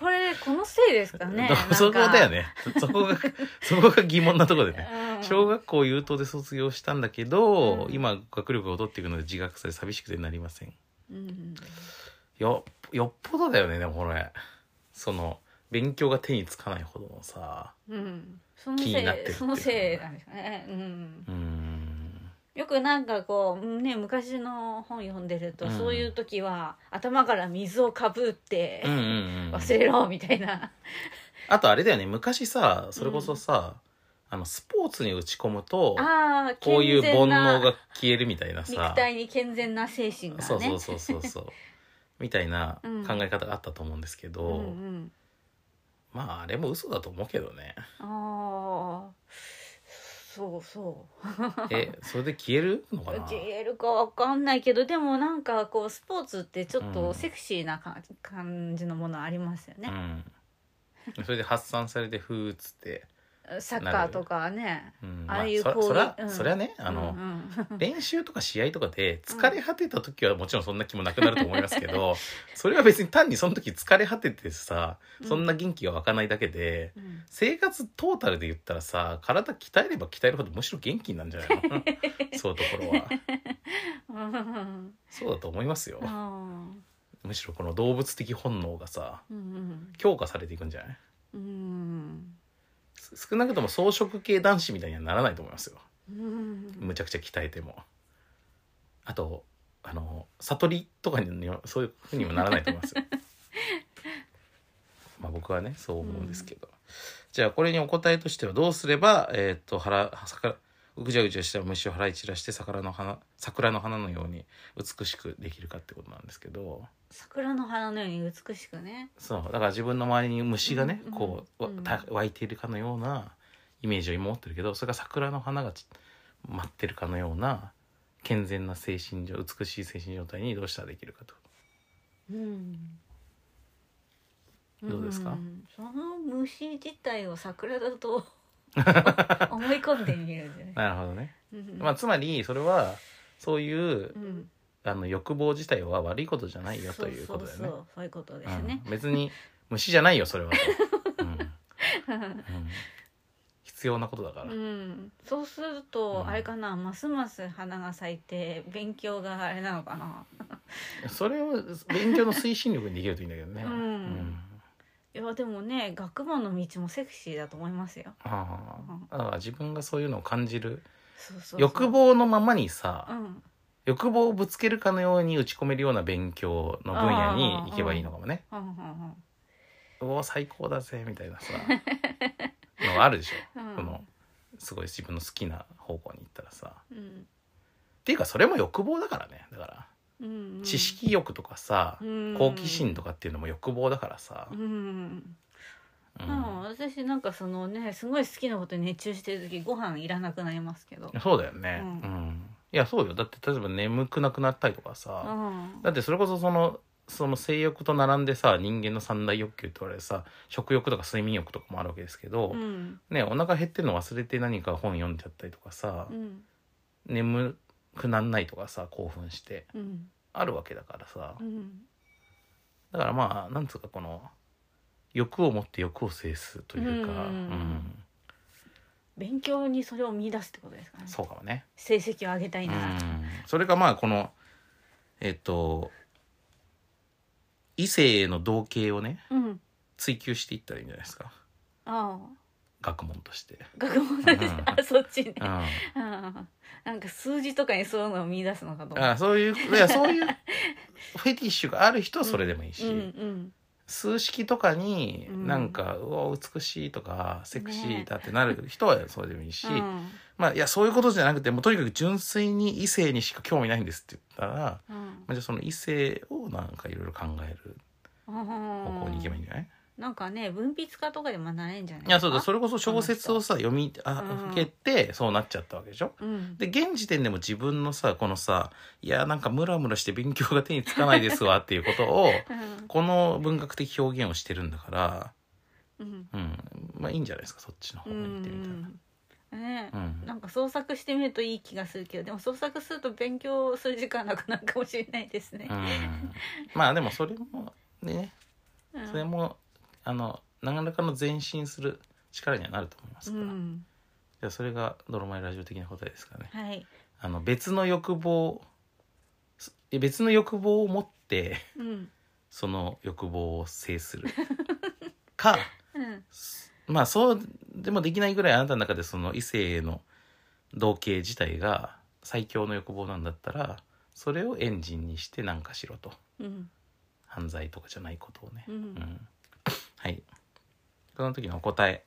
B: これこのせいですかね
A: そこだよ
B: ね。
A: ね。そこ がそこが疑問なところでね。
B: うん
A: 小学校優等で卒業したんだけど、
B: うん
A: 今学力が劣っていくので自学され寂しくてなりません。
B: うん
A: よよっぽどだよねでもこれその勉強が手につかないほどのさ。
B: うん、そのせ
A: 気になってるって
B: い
A: いう
B: そのせいなんですかね。うん
A: うーん
B: よくなんかこうね昔の本読んでると、
A: うん
B: そういう時は頭から水をかぶって
A: うんうんうん
B: 忘れろみたいな、
A: あとあれだよね昔さそれこそさ、あのスポーツに打ち込むと
B: ああ
A: こういう
B: 健
A: 煩
B: 全な
A: 悩が消えるみたいなさ
B: 肉体に健全な精神がね
A: そうそうそうそうそうみたいな
B: うん
A: 考え方があったと思うんですけど、
B: うんうん、
A: まああれも嘘だと思うけど ね
B: ああそうそ
A: えそれで消えるの
B: う
A: かな
B: 消えるかわかんないけどでもなんかこうスポーツってちょっ
A: う
B: と
A: ん
B: セクシーなか感じのものありますよね、
A: うん、それで発散されてふーっつって、
B: サッカーとかね
A: うん
B: ああいう
A: まあ、そ
B: こう
A: そりゃ、
B: うん
A: そりゃねあの、
B: うんうん
A: 練習とか試合とかで疲れ果てた時はもちろんそんな気もなくなると思いますけど、 それは別に単にその時疲れ果ててさそんな元気が湧かないだけで、
B: うん
A: 生活トータルで言ったらさ体鍛えれば鍛えるほどむしろ元気になるんじゃない のそういうところは
B: うん
A: そうだと思いますよ
B: うん
A: むしろこの動物的本能がさ
B: うん
A: 強化されていくんじゃない
B: うん
A: す少なくとも草食系男子みたいにはならないと思いますよ
B: うん
A: むちゃくちゃ鍛えてもあとあの悟りとかにはそういうふうにもならないと思いますよまあ僕はねそう思うんですけど、じゃあこれにお答えとしてはどうすればえーっと腹桜ぐじゃぐじゃした虫を払い散らして桜の花桜の花のように美しくできるかってことなんですけど
B: 桜の花のように美しくね
A: そうだから自分の周りに虫がね、
B: うん
A: こう、
B: うん
A: わた湧いているかのようなイメージを今持ってるけどそれが桜の花がち舞ってるかのような健全な精神状美しい精神状態にどうしたらできるかと。
B: うん
A: どうですか
B: んその虫自体を桜だ と思い込んでみるんじゃない
A: なるほどね、
B: うん
A: まあ、つまりそれはそういう
B: うん
A: あの欲望自体は悪いことじゃないよということだよ
B: そう
A: ね
B: そう。そうそういうことですね
A: う。ん別に虫じゃないよそれは と、うんうん必要なことだか
B: う
A: ら。
B: ん、そうする
A: う
B: と
A: ん
B: あれかな、ますます花が咲いて勉強があれなのかな。
A: それを勉強の推進力にできるといいんだけどね。
B: うんいやでもね、学問の道もセクシーだと思いますよ。
A: あ
B: うん
A: あだから自分がそういうのを感じる
B: そうそうそう
A: 欲。望のままに
B: う
A: さ
B: ん、
A: 欲望をぶつけるかのように打ち込めるような勉強の分野に行けばいいのかもね
B: うんうん
A: おお最高だぜみたいな さのがあるでしょ、
B: うん。
A: このすごい自分の好きな方向に行ったらさっ
B: うん。
A: ていうかそれも欲望だからねだから
B: うん、うん
A: 知、識欲とかさ、
B: うん
A: 好奇心とかっていうのも欲望だからさ、
B: うん。
A: う
B: うん、
A: ん
B: 私なんかそのねすごい好きなことに熱中してる時ご飯いらなくなりますけど、
A: そうだよね、
B: う
A: うんんいやそうよだって例えば眠くなくなったりとかさ、
B: うん、
A: だってそれこそそのその性欲と並んでさ人間の三大欲求って言われるさ食欲とか睡眠欲とかもあるわけですけど、
B: うん
A: ねお腹減ってるの忘れて何か本読んじゃったりとかさ、
B: うん
A: 眠くなんないとかさ興奮して
B: うん
A: あるわけだからさ
B: うん
A: だからまあなんつうかこの欲を持って欲を制すというか、
B: うん勉強にそれを見出すってことですかね
A: うんそうかもね。
B: 成績を上げたいな
A: う
B: ら、
A: んそれがまあこのえっと異性への同型をね
B: うん、
A: 追求していったらいいんじゃないですか。
B: ああ
A: 学問として、
B: 学問なんです
A: うん
B: あそっちね
A: うん、あ
B: あーなんか数字とかにそういうのを見出すのかと思っ
A: ーそういういやそういうフェティッシュがある人はそれでもいい
B: た
A: し、
B: うんうん
A: 数式とかに
B: うん
A: なんか、うわ美しいとかセクシーだってなる人はそれでもいいし、
B: うん
A: まあいやそういうことじゃなくてもうとにかく純粋に異性にしか興味ないんですって言ったら、ま
B: うん
A: あ、じゃあその異性をなんかいろいろ考える方向に行けばいいんじゃない、
B: なんかね分泌家とかで学べんじゃない
A: いやそうだそれこそ小説をさ読み
B: う
A: あ
B: ん
A: 受けてそうなっちゃったわけでしょ
B: うん
A: で現時点でも自分のさこのさいやなんかムラムラして勉強が手につかないですわっていうことを
B: うん
A: この文学的表現をしてるんだから
B: うん
A: うんまあいいんじゃないですかそっちの方
B: う
A: に行ってみたら。
B: んね
A: うん
B: なんか創作してみるといい気がするけどでも創作すると勉強する時間なくなるかもしれないですね
A: う。ん、まあでもそれもね
B: うん
A: それもあの何らかの前進する力にはなると思います
B: う
A: から、じ
B: ん、
A: ゃあそれが「ドロマイラジオ」的な答えですかね。
B: はい、
A: あの別の欲望す別の欲望を持って
B: うん、
A: その欲望を制するか
B: うん、
A: まあそうでもできないぐらいあなたの中でその異性への同型自体が最強の欲望なんだったらそれをエンジンにしてなんかしろと
B: うん、
A: 犯罪とかじゃないことをね。
B: うん
A: うんはい。この時のお答え。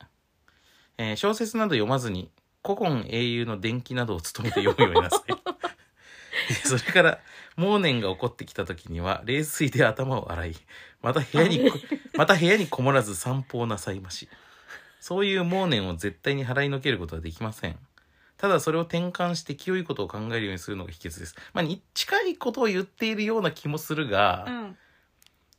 A: えー小説など読まずに、古今英雄の伝記などを務めて 読むようになさい。それから、モーネンが起こってきた時には、冷水で頭を洗い、また部屋にこ、また部屋にこもらず散歩をなさいまし。そういうモーネンを絶対に払いのけることはできません。ただそれを転換して清いことを考えるようにするのが秘訣です。まあ、に近いことを言っているような気もするが、
B: うん、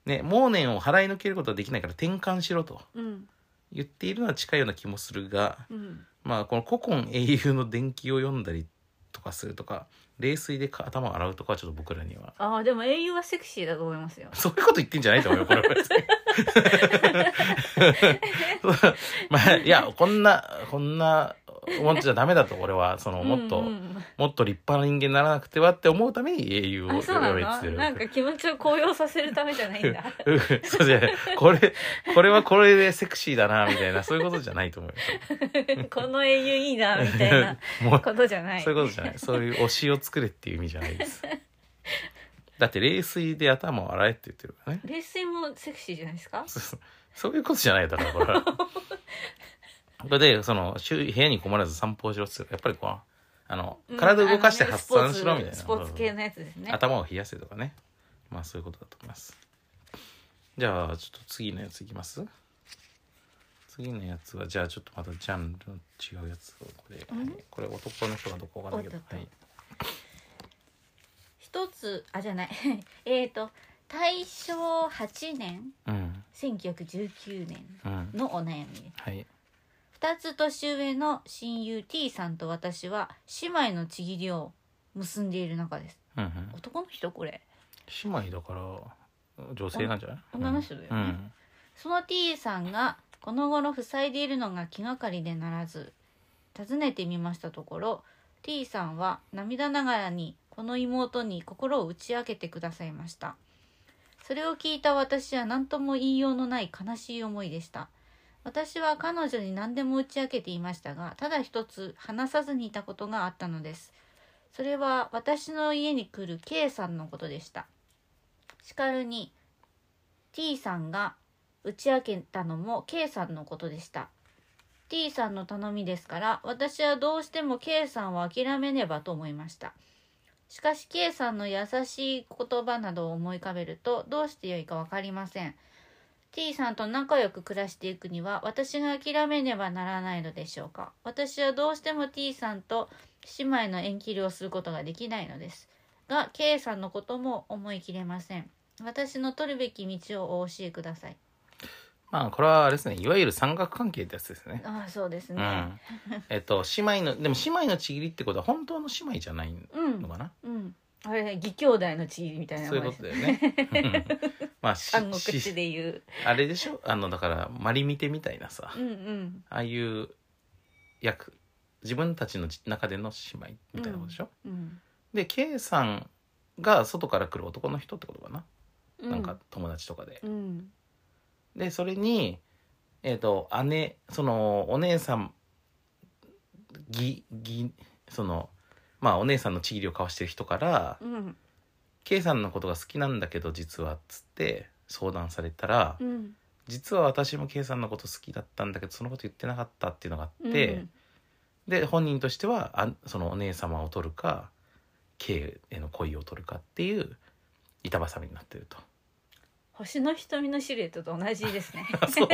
A: ね、モーネンを払い抜けることはできないから転換しろと
B: うん、
A: 言っているのは近いような気もするが、
B: うん、
A: まあ、この古今英雄の伝記を読んだりとかするとか、冷水でか頭を洗うとかはちょっと僕らには。
B: ああ、でも英雄はセクシーだと思いますよ。
A: そういうこと言ってんじゃないと思うよ、これは別に。 まあ、いや、こんな、こんな思っちゃダメだと、俺は、その、もっと、
B: うんうん
A: もっと立派な人間にならなくてはって思うために英雄を
B: あ、そうなの。
A: る
B: なんか気持ちを高揚させるためじゃないんだ。
A: うんそうじゃないこれこれはこれでセクシーだなみたいなそういうことじゃないと思うよ
B: この英雄いいなみたいな
A: もう
B: ことじゃない。
A: そういうことじゃないそういう推しを作れっていう意味じゃないですだって冷水で頭を洗えって言ってるからね
B: 冷水もセクシーじゃないですか。
A: そうそうそういうことじゃないだろこれはこれでその周囲部屋に困らず散歩をしろっつうからやっぱりこうあの
B: うん
A: 体を動かして
B: あのね
A: 発散しろみたいな、
B: スポーツスポーツ系のやつですね。
A: 頭を冷やせとかねまあそういうことだと思いますじゃあちょっと次のやついきます次のやつはじゃあちょっとまたジャンルの違うやつをこれ
B: ん
A: これ男の人がどこかわかんないけど
B: おっとっと
A: はい
B: 一つあじゃない えっと大正8年
A: うん
B: 1919年
A: うん
B: のお悩みです
A: はい
B: 2つ年上の親友 T さんと私は姉妹のちぎりを結んでいる中です
A: うんうん
B: 男の人これ
A: 姉妹だから女性なんじゃない
B: 女の人だよ
A: う
B: ね
A: ん
B: その T さんがこの頃塞いでいるのが気がかりでならず訪ねてみましたところ T さんは涙ながらにこの妹に心を打ち明けてくださいましたそれを聞いた私は何とも言いようのない悲しい思いでした私は彼女に何でも打ち明けていましたがただ一つ話さずにいたことがあったのですそれは私の家に来る K さんのことでしたしかるに T さんが打ち明けたのも K さんのことでした T さんの頼みですから私はどうしても K さんを諦めねばと思いましたしかし K さんの優しい言葉などを思い浮かべるとどうしてよいか分かりません T さんと仲良く暮らしていくには私が諦めねばならないのでしょうか私はどうしても T さんと姉妹の縁切りをすることができないのですが K さんのことも思い切れません私の取るべき道をお教えください
A: まあこれはあれですねいわゆる三角関係ってやつですね
B: ああそうです
A: う
B: ね。
A: んえっと姉妹のでも姉妹のちぎりってことは本当の姉妹じゃない
B: うん
A: の、かな
B: うん、あれね義兄弟の地位みたいな
A: そういう
B: も
A: こ
B: んです
A: とだよ ねまあし
B: 三国
A: し
B: 志で言う。
A: あれでしょあのだからマリミテみたいなさ
B: うんうん
A: ああいう役自分たちの中での姉妹みたいなことでしょ、
B: うん。
A: で K さんが外から来る男の人ってことかな、
B: う
A: なんか友達とかで
B: うん
A: でそれにえっ、と姉そのお姉さんぎぎそのまあお姉さんのちぎりを交わしてる人から
B: うん、
A: 「K さんのことが好きなんだけど実は」っつって相談されたら「
B: うん、
A: 実は私も K さんのこと好きだったんだけどそのこと言ってなかった」っていうのがあ
B: うん、
A: って、で本人としてはあそのお姉様を取るか K への恋を取るかっていう板挟みになってる と。
B: 星の瞳のシルエットと同じですね。
A: あそう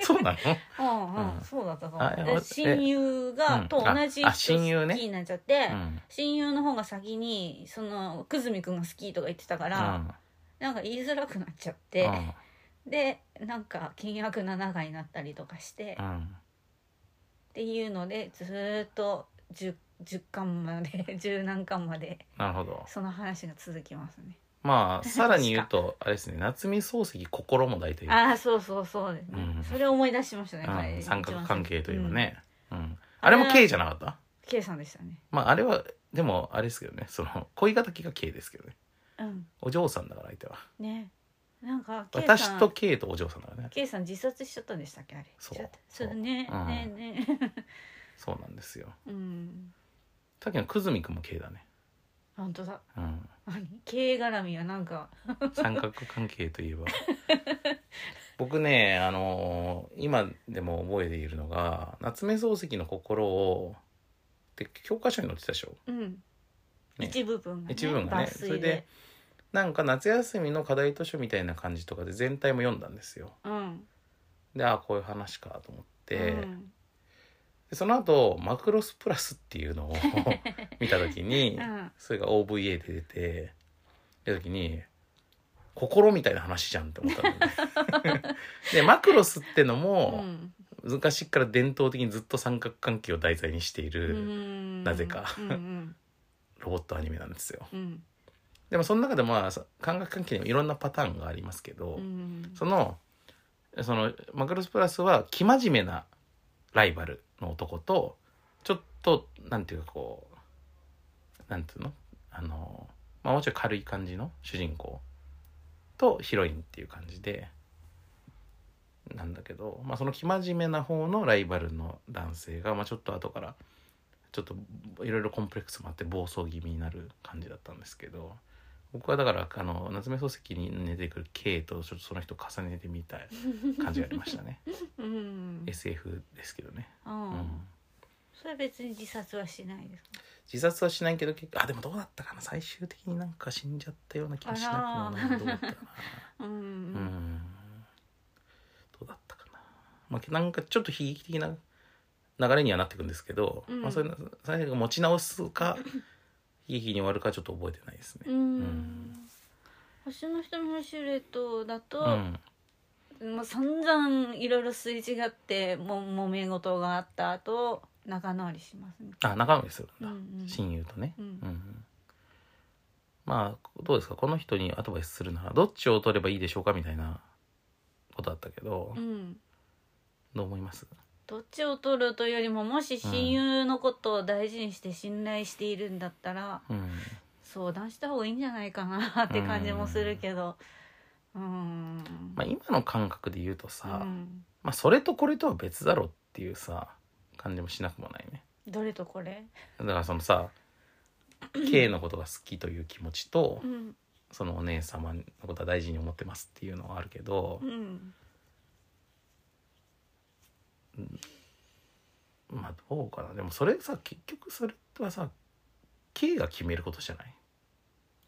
A: そうなの
B: うんうん、
A: うん
B: そうだったか
A: あ
B: も。
A: え
B: で親友が、
A: うん
B: と同じ
A: あ
B: 人
A: あ親友ね
B: 好きになっちゃって、
A: うん
B: 親友の方が先にその久住君が好きとか言ってたから、なんか言いづらくなっちゃっ
A: うん
B: て、でなんか険悪な仲になったりとかして、
A: う
B: っ
A: ん
B: ていうのでずーっと 10, 10巻まで 十何巻まで
A: なるほど
B: その話が続きますね。
A: まあさらに言う とあれですね夏目漱石心も大体、う
B: ああそうそうそうですね、
A: うん
B: それを思い出しましたね、これ
A: ん、三角関係といえば、ね、うんあ
B: あ
A: れ
B: れ
A: も K じゃなかった
B: うん、K さんでしたね、
A: まああれはでもあれですけどねその恋敵が K ですけどね
B: うん、
A: お嬢さんだから相手は
B: ねなんか K さん
A: 私と K とお嬢さんだからね
B: K さん自殺しちゃったんでしたっけあれ
A: そう
B: ちょっとそうね、
A: うん
B: ねね
A: そうなんですよ
B: うん
A: さっきの久住君も K だね、
B: 本当だ
A: うん、
B: 何 K 絡みはなんか
A: 三角関係といえば僕ねあのー今でも覚えているのが夏目漱石の心をって教科書に載ってたでしょ
B: うん、
A: ね
B: 一部分がね
A: 一部がね
B: 抜
A: そ
B: 粋
A: れでなんか夏休みの課題図書みたいな感じとかで全体も読んだんですよ
B: うん
A: でああこういう話かと思って、
B: うん
A: でその後マクロスプラスっていうのを 見た時に、
B: うん
A: それが OVA で出て見た時に心みたいな話じゃんって思ったのね でマクロスっての
B: う
A: も、
B: ん
A: 昔から伝統的にずっと三角関係を題材にしていうる
B: ん
A: なぜか
B: うんうん
A: ロボットアニメなんですよ
B: うん
A: でもその中でもまあさ三角関係にもいろんなパターンがありますけど、
B: うん
A: そのそのマクロスプラスは生真面目なライバルの男とちょっとなんていうかこうなんていうのあの、まあ、もうちょい軽い感じの主人公とヒロインっていう感じでなんだけど、まあ、その生真面目な方のライバルの男性が、まあ、ちょっと後からちょっといろいろコンプレックスもあって暴走気味になる感じだったんですけど。僕はだからあの夏目漱石に出てくる K とちょっとその人を重ねてみたい感じがありました ね
B: うん、
A: SF ですけどね、
B: う
A: うん
B: ん、それは別に自殺はしないですか
A: 自殺はしないけど結構あでもどうだったかな最終的になんか死んじゃったような気がしなくもない
B: あらー
A: どうだったか
B: うんう
A: なうんんどうだったかな、まあ、なんかちょっと悲劇的な流れにはなってくんですけど、
B: うん
A: まあ、それ最後持ち直すか悲劇に終わるかちょっと覚えてないです
B: う
A: ね、
B: ん星の瞳のシルエットだと、
A: うん
B: もう散々いろいろすれ違っても揉め事があった後仲直りしますね。
A: あ仲間にするん
B: う
A: だ、
B: ん
A: 親友とね、
B: うん
A: うんうんまあどうですかこの人にアドバイスするならどっちを取ればいいでしょうかみたいなことだったけど、
B: うんうん、
A: どう思います
B: どっちを取るというよりももし親友のことを大事にして信頼しているんだったら
A: うん
B: 相談した方がいいんじゃないかなって感じもするけどうーん
A: まあ今の感覚で言うとさ、
B: うん
A: まあそれとこれとは別だろっていうさ感じもしなくもないね
B: どれとこれ、
A: だからその さ K のことが好きという気持ちと、
B: うん
A: そのお姉様のことは大事に思ってますっていうのはあるけど
B: う、ん、
A: まあどうかなでもそれさ結局それはさ K が決めることじゃない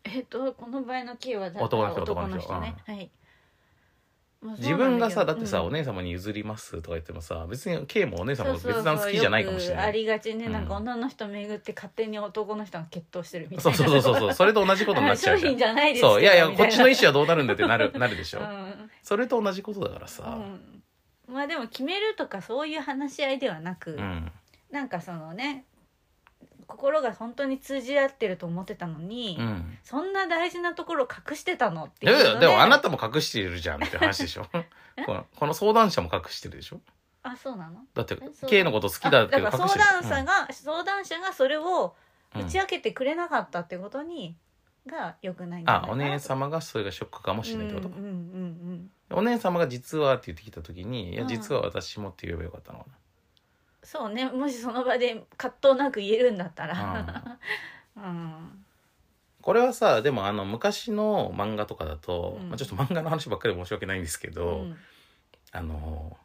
B: えっとこの場合の K はだ
A: 男の人
B: 男の人ね。はいまあ
A: 自分がさ
B: そう
A: だ
B: なん
A: っ
B: け
A: て
B: ど
A: さ、
B: うん
A: お姉様に譲りますとか言ってもさ別に K もお姉様
B: そ
A: も
B: うそうそう
A: 別段好きじゃないかもしれな
B: よくあ
A: い
B: りがちね、
A: うん
B: なんか女の人巡って勝手に男の人が決闘してるみた
A: そ
B: いうな
A: そうそうそうそうそれと同じことになっちゃ
B: 商
A: うじゃ
B: 品
A: ん
B: じゃないですけど
A: そういやいやこっちの意
B: 思
A: 思はどうなるんだってな るなるでしょ、
B: うん
A: それと同じことだからさ
B: うん、まあでも決めるとかそういう話し合いではなく、
A: うん
B: なんかそのね心が本当に通じ合ってると思ってたのに、
A: うん、
B: そんな大事なところ隠してたのって
A: い
B: いう
A: やいや
B: の
A: で
B: で
A: もあなたも隠しているじゃんって話で しょこのこの相談者も隠してるでしょ
B: あそうなの
A: だって
B: えそう
A: K のこと好きだ
B: あ
A: け
B: だ
A: ど
B: から
A: 隠
B: 相
A: して
B: 談
A: る
B: 者が、相談者がそれを
A: うん
B: 打ち明けてくれなかったってことに、が良くないんじゃな
A: あ
B: いかな
A: お姉様がそれがショックかもしれないってこと、
B: うんうんうんうん
A: お姉様が「実は」って言ってきた時に「いや
B: うん
A: 実は私も」って言えばよかったのか
B: そうねもしその場で葛藤なく言えるんだった
A: な、
B: ら、
A: うん
B: うん
A: これはさでもあの昔の漫画とかだと、
B: うん
A: まあ、ちょっと漫画の話ばっかりで申し訳ないんですけ
B: う
A: ど、
B: ん
A: あの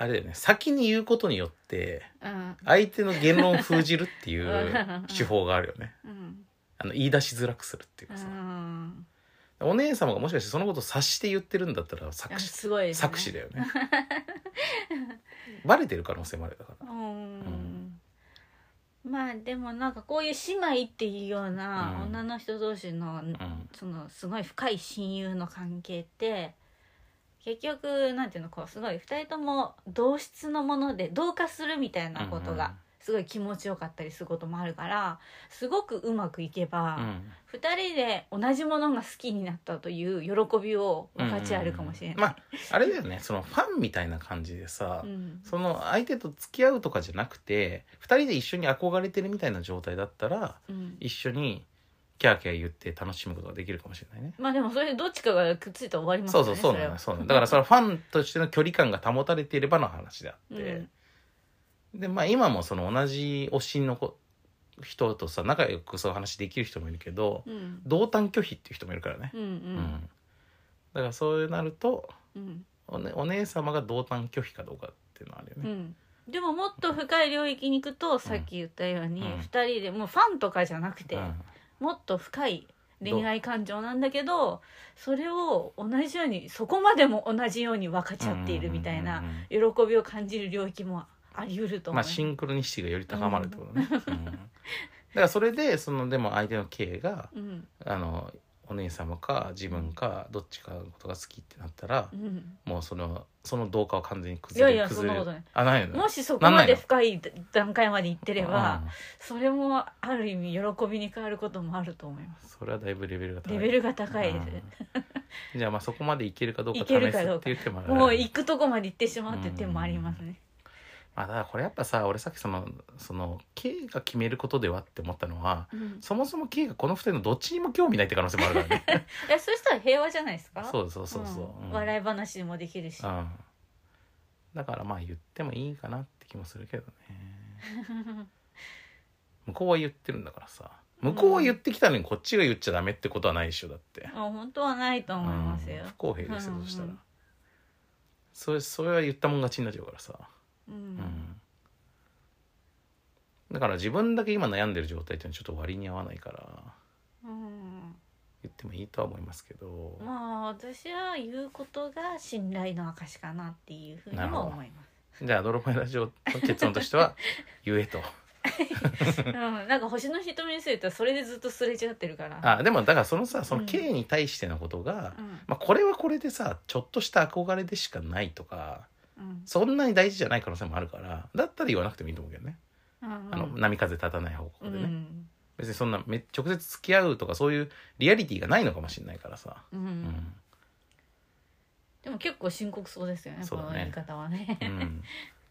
A: あれだよね先に言うことによって
B: うん
A: 相手の言論を封じるってい
B: うん
A: う手法があるよね
B: うん
A: あの言い出しづらくするっていう
B: う
A: かさ、
B: ん
A: お姉様がもしかしてそのことを察して言ってるんだったら
B: あ
A: 作詞
B: すごいですね
A: 作詞だよね バレてる可能性もあるだか
B: うんまあでもなんかこういう姉妹っていうような
A: うん
B: 女の人同士の、
A: ら、うん、
B: そのすごい深い親友の関係って結局なんていうのこうすごい2人とも同質のもので同化するみたいなことがすごい気持ちよかったりすることもあるからすごくうまくいけ
A: うん
B: ば、二2人で同じものが好きになったという喜びを
A: うん
B: 分かち合えるかもしれない。
A: まああれだよねそのファンみたいな感じでさ、
B: うん
A: その相手と付き合うとかじゃなくて2人で一緒に憧れてるみたいな状態だったら
B: うん
A: 一緒にキャーキャー言って楽しむことができるかもしれないね。
B: まあでもそれでどっちかがくっついたら終わります
A: そ
B: よ
A: う
B: ね
A: そうそうなの
B: れ
A: よ
B: は
A: そうなのだからそれはファンとしての距離感が保たれていればの話であって、でまあ今もその同じ推しの子人とさ仲良くそういう話できる人もいるけど
B: うんうん
A: 同担拒否っていう人もいるからね、
B: うんう
A: うん
B: ん
A: だからそうなると
B: うん
A: お,、ね、お姉様が同担拒否かどうかっていうのはあるよ
B: う
A: ね、
B: んでももっと深い領域に行くとさっき言ったように
A: うん
B: 2人でもうファンとかじゃなくて
A: うん
B: もっと深い恋愛感情なんだけどそれを同じようにそこまでも同じように分かち合っているみたい
A: うん
B: な
A: うんうんうん
B: 喜びを感じる領域もあり得ると思
A: ま
B: う
A: あ、シンクロニシティがより高まるってことね、うんだからそれでそのでも相手の K が
B: うん
A: あのお姉様か自分かどっちかのことが好きってなったら
B: う、ん
A: もうそのその同化は完全に崩れる
B: いやいや
A: 崩れる
B: そんなこと
A: あないの
B: もしそこまで深い段階まで行ってれば
A: うん
B: それもある意味喜びに変わることもあると思います
A: それはだいぶレベルが高い
B: レベルが高いです
A: うん じゃあまあそこまでいけるかどうか
B: い
A: 試す
B: ける
A: っ
B: かどうか
A: ていう手もある
B: もう行くとこまで行ってしまうっていう点もありますね
A: まあただこれやっぱさ俺さっきそのその K が決めることではって思ったのは
B: うん
A: そもそも K がこの二人のどっちにも興味ないって可能性もあるからね
B: いやそしたら平和じゃないですか
A: そうそうそうそう、
B: ん
A: うん
B: 笑い話もできるし
A: うん、だからまあ言ってもいいかなって気もするけどね向こうは言ってるんだからさ向こうは言ってきたのにこっちが言っちゃダメってことはないでしょだって
B: あ、本当はないと
A: う
B: 思いますよ
A: ん、不公平ですよ
B: うん
A: そしたら、
B: うん
A: それそれは言ったもん勝ちになっちゃうからさ、
B: う
A: うん
B: ん
A: だから自分だけ今悩んでる状態っていうのはちょっと割に合わないから
B: うん
A: 言ってもいいとは思いますけど、
B: まあ私は言うことが信頼の証かなっていうふうに
A: なるほ
B: も
A: ど
B: 思います
A: じゃあ「泥ロラジオ」の結論として は言えと。
B: うん、なんか星の瞳にするとそれでずっとすれ違ってるから
A: あでもだからそのさその
B: うん
A: K に対してのことが、
B: うん
A: まあ、これはこれでさちょっとした憧れでしかないとか
B: うん
A: そんなに大事じゃない可能性もあるからだったら言わなくてもいいと思うけどね、
B: うん
A: あの波風立たない方
B: う
A: 向でね、
B: ん
A: 別にそんなめ直接付き合うとかそういうリアリティがないのかもしれないからさ、
B: う
A: うんん
B: でも結構深刻そうですよね
A: そ
B: こ
A: うだね
B: の言い方はね
A: う ん、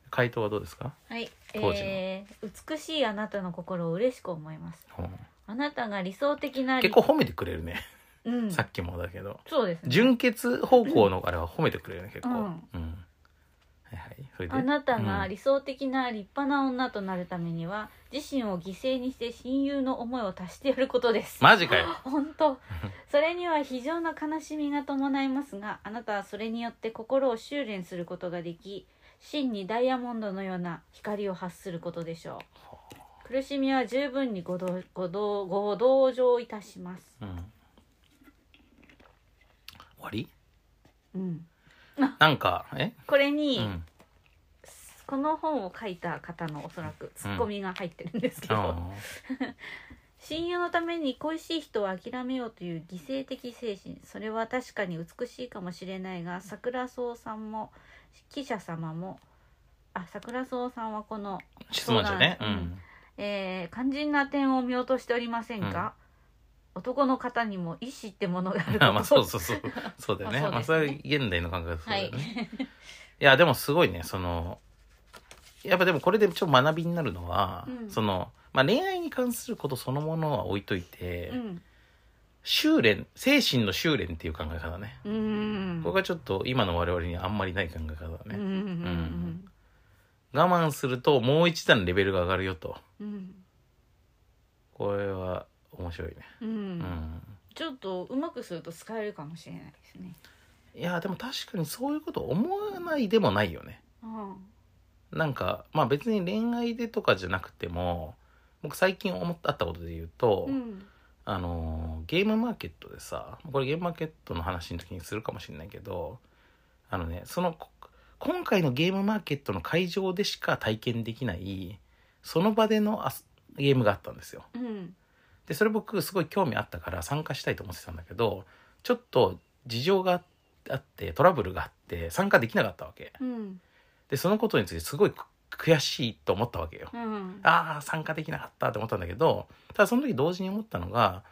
A: 回答はどうですか、
B: はい、
A: 当時の
B: えー美しいあなたの心を嬉しく思います
A: うん
B: あなたが理想的なり
A: 結構褒めてくれるね、
B: うん、
A: さっきもだけど
B: そうですね
A: 純潔方向のあれは褒めてくれるね結構、
B: うん
A: うんはいはいそれで
B: あなた
A: う
B: が
A: ん
B: 理想的な立派な女となるためには、自身を犠牲にして親友の思いを足してやることです。
A: マジかよ
B: 本当。それには非常な悲しみが伴いますが、あなたはそれによって心を修練することができ、真にダイヤモンドのような光を発することでしょう。苦しみは十分にご同ご同ご同情いたします。
A: うん終わり
B: うん。
A: なんかえ、
B: これ
A: う
B: に、
A: ん、
B: この本を書いた方のおそらくツッコミが入ってるんですけど、
A: あ
B: 親友のために恋しい人を諦めようという犠牲的精神それは確かに美しいかもしれないが桜草さんも記者様もあ桜草さんはこの、
A: ー質問者ねう
B: 相談
A: ん
B: えー肝心な点を見落としておりませんか、男の方にも意志ってものがある
A: まあそう
B: う
A: そう そうそうだよね,、ま
B: ま
A: あ、
B: あ
A: そ
B: そう
A: れ
B: で
A: は
B: すね
A: 現代の感覚そう
B: は
A: だよ
B: い
A: ね、い、やでもすごいねそのやっぱでもこれでちょっと学びになるのは、
B: うん
A: その、まあ、恋愛に関することそのものは置いといて、
B: うん
A: 修練精神の修練っていう考え方ね
B: うんうん
A: これがちょっと今の我々にあんまりない考え方だ
B: うんう
A: ね、
B: ん
A: 我慢するともう一段レベルが上がるよと
B: うんうん
A: これは面白いね
B: う
A: うん、
B: んちょっとうまくすると使えるかもしれないですね
A: いやでも確かにそういうこと思わないでもないよね
B: うん
A: なんかまあ別に恋愛でとかじゃなくても僕最近思ったあったことで言うと、
B: うん
A: あのーゲームマーケットでさこれゲームマーケットの話の時にするかもしれないけどあのねそのこ今回のゲームマーケットの会場でしか体験できないその場でのあすゲームがあったんですよ
B: うん
A: でそれ僕すごい興味あったから参加したいと思ってたんだけどちょっと事情があってトラブルがあって参加できなかったわけ
B: うん
A: でそのことについてすごい悔しいと思ったわけよ
B: うん
A: ああ参加できなかったと思ったんだけどただその時同時に思ったのが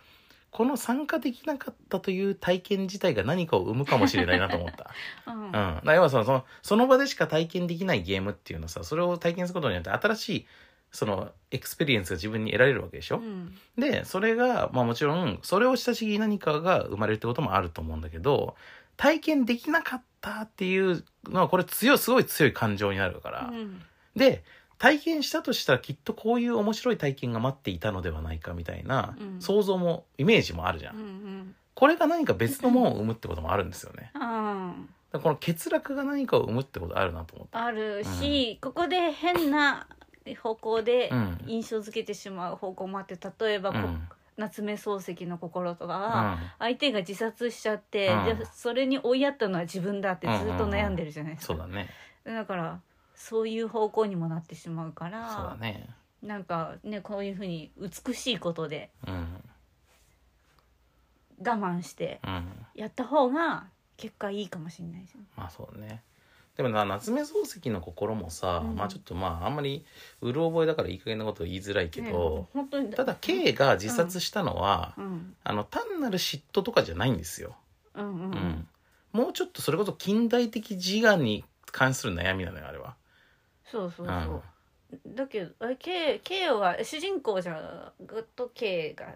A: この参加できなかったという体験自体が何かを生むかもしれないなと思 った、うん、だから要はそのそのその場でしか体験できないゲームっていうのはさそれを体験することによって新しいそのエクスペリエンスが自分に得られるわけでしょ、
B: うん
A: でそれが、まあ、もちろんそれを親しげに何かが生まれるってこともあると思うんだけど体験できなかったっていうのはこれ強いすごい強い感情になるから、
B: うん
A: で体験したとしたらきっとこういう面白い体験が待っていたのではないかみたいな
B: うん
A: 想像もイメージもあるじゃん、
B: うんうん
A: これが何か別のものを生むってこともあるんですよね
B: うん
A: だからこの欠落が何かを生むってことあるなと思った
B: あるし、ここで変な方向で
A: うん
B: 印象付けてしまう方向もあって例えばこ、
A: うん
B: 夏目漱石の心とか
A: う
B: は、
A: ん
B: 相手が自殺しちゃって、
A: うん
B: でそれに追いやったのは自分だってずっと悩んでるじゃないですか、
A: そうだね
B: だからそういう方向にもなってしまうか
A: そう
B: ら
A: だね
B: なんかねこういうふうに美しいことで
A: うん
B: 我慢して
A: うん
B: やった方が結果いいかもしれないですね。
A: まあそうねでもな夏目漱石の心もさ、
B: うん
A: まあちょっとまああんまりうる覚えだからいい加減なこと言いづらいけど
B: ね、本当に
A: ただ K が自殺したのは、
B: うん
A: あの単なる嫉妬とかじゃないんですよ
B: うんうんう
A: うんんもうちょっとそれこそ近代的自我に関する悩みなのよあれは。
B: そうそううんそう、だけどあれ K, K は主人公じゃグッと K が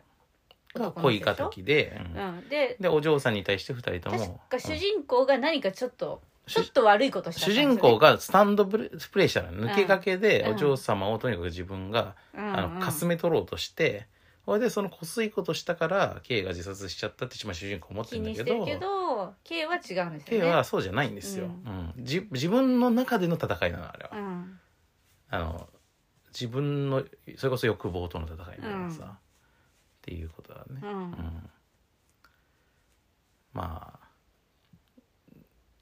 A: が
B: 男の
A: 恋
B: 人でしょ
A: 敵で、うん
B: うん、で
A: でお嬢さんに対して2人と
B: 確
A: も
B: か主
A: うん
B: 人公が何かちょっと、ちょっ
A: 主
B: と悪いことした
A: 主人公がスタンドプレプレイしたの抜けかけで
B: うん
A: お嬢様をとにかく自分が、あのかすめ取ろうとしてそれでそのこすいことしたから K が自殺しちゃったって一番主人公思って
B: 気
A: るんだ
B: に
A: け
B: してる
A: ど
B: けど K は違うんですよ
A: K
B: ね
A: はそうじゃないんですよ、
B: う
A: うんんじ自分の中での戦いなのあれは
B: う。ん
A: あの自分のそれこそ欲望との戦いみたいなさ、
B: うん
A: っていうことだ
B: う
A: ね、うんまあ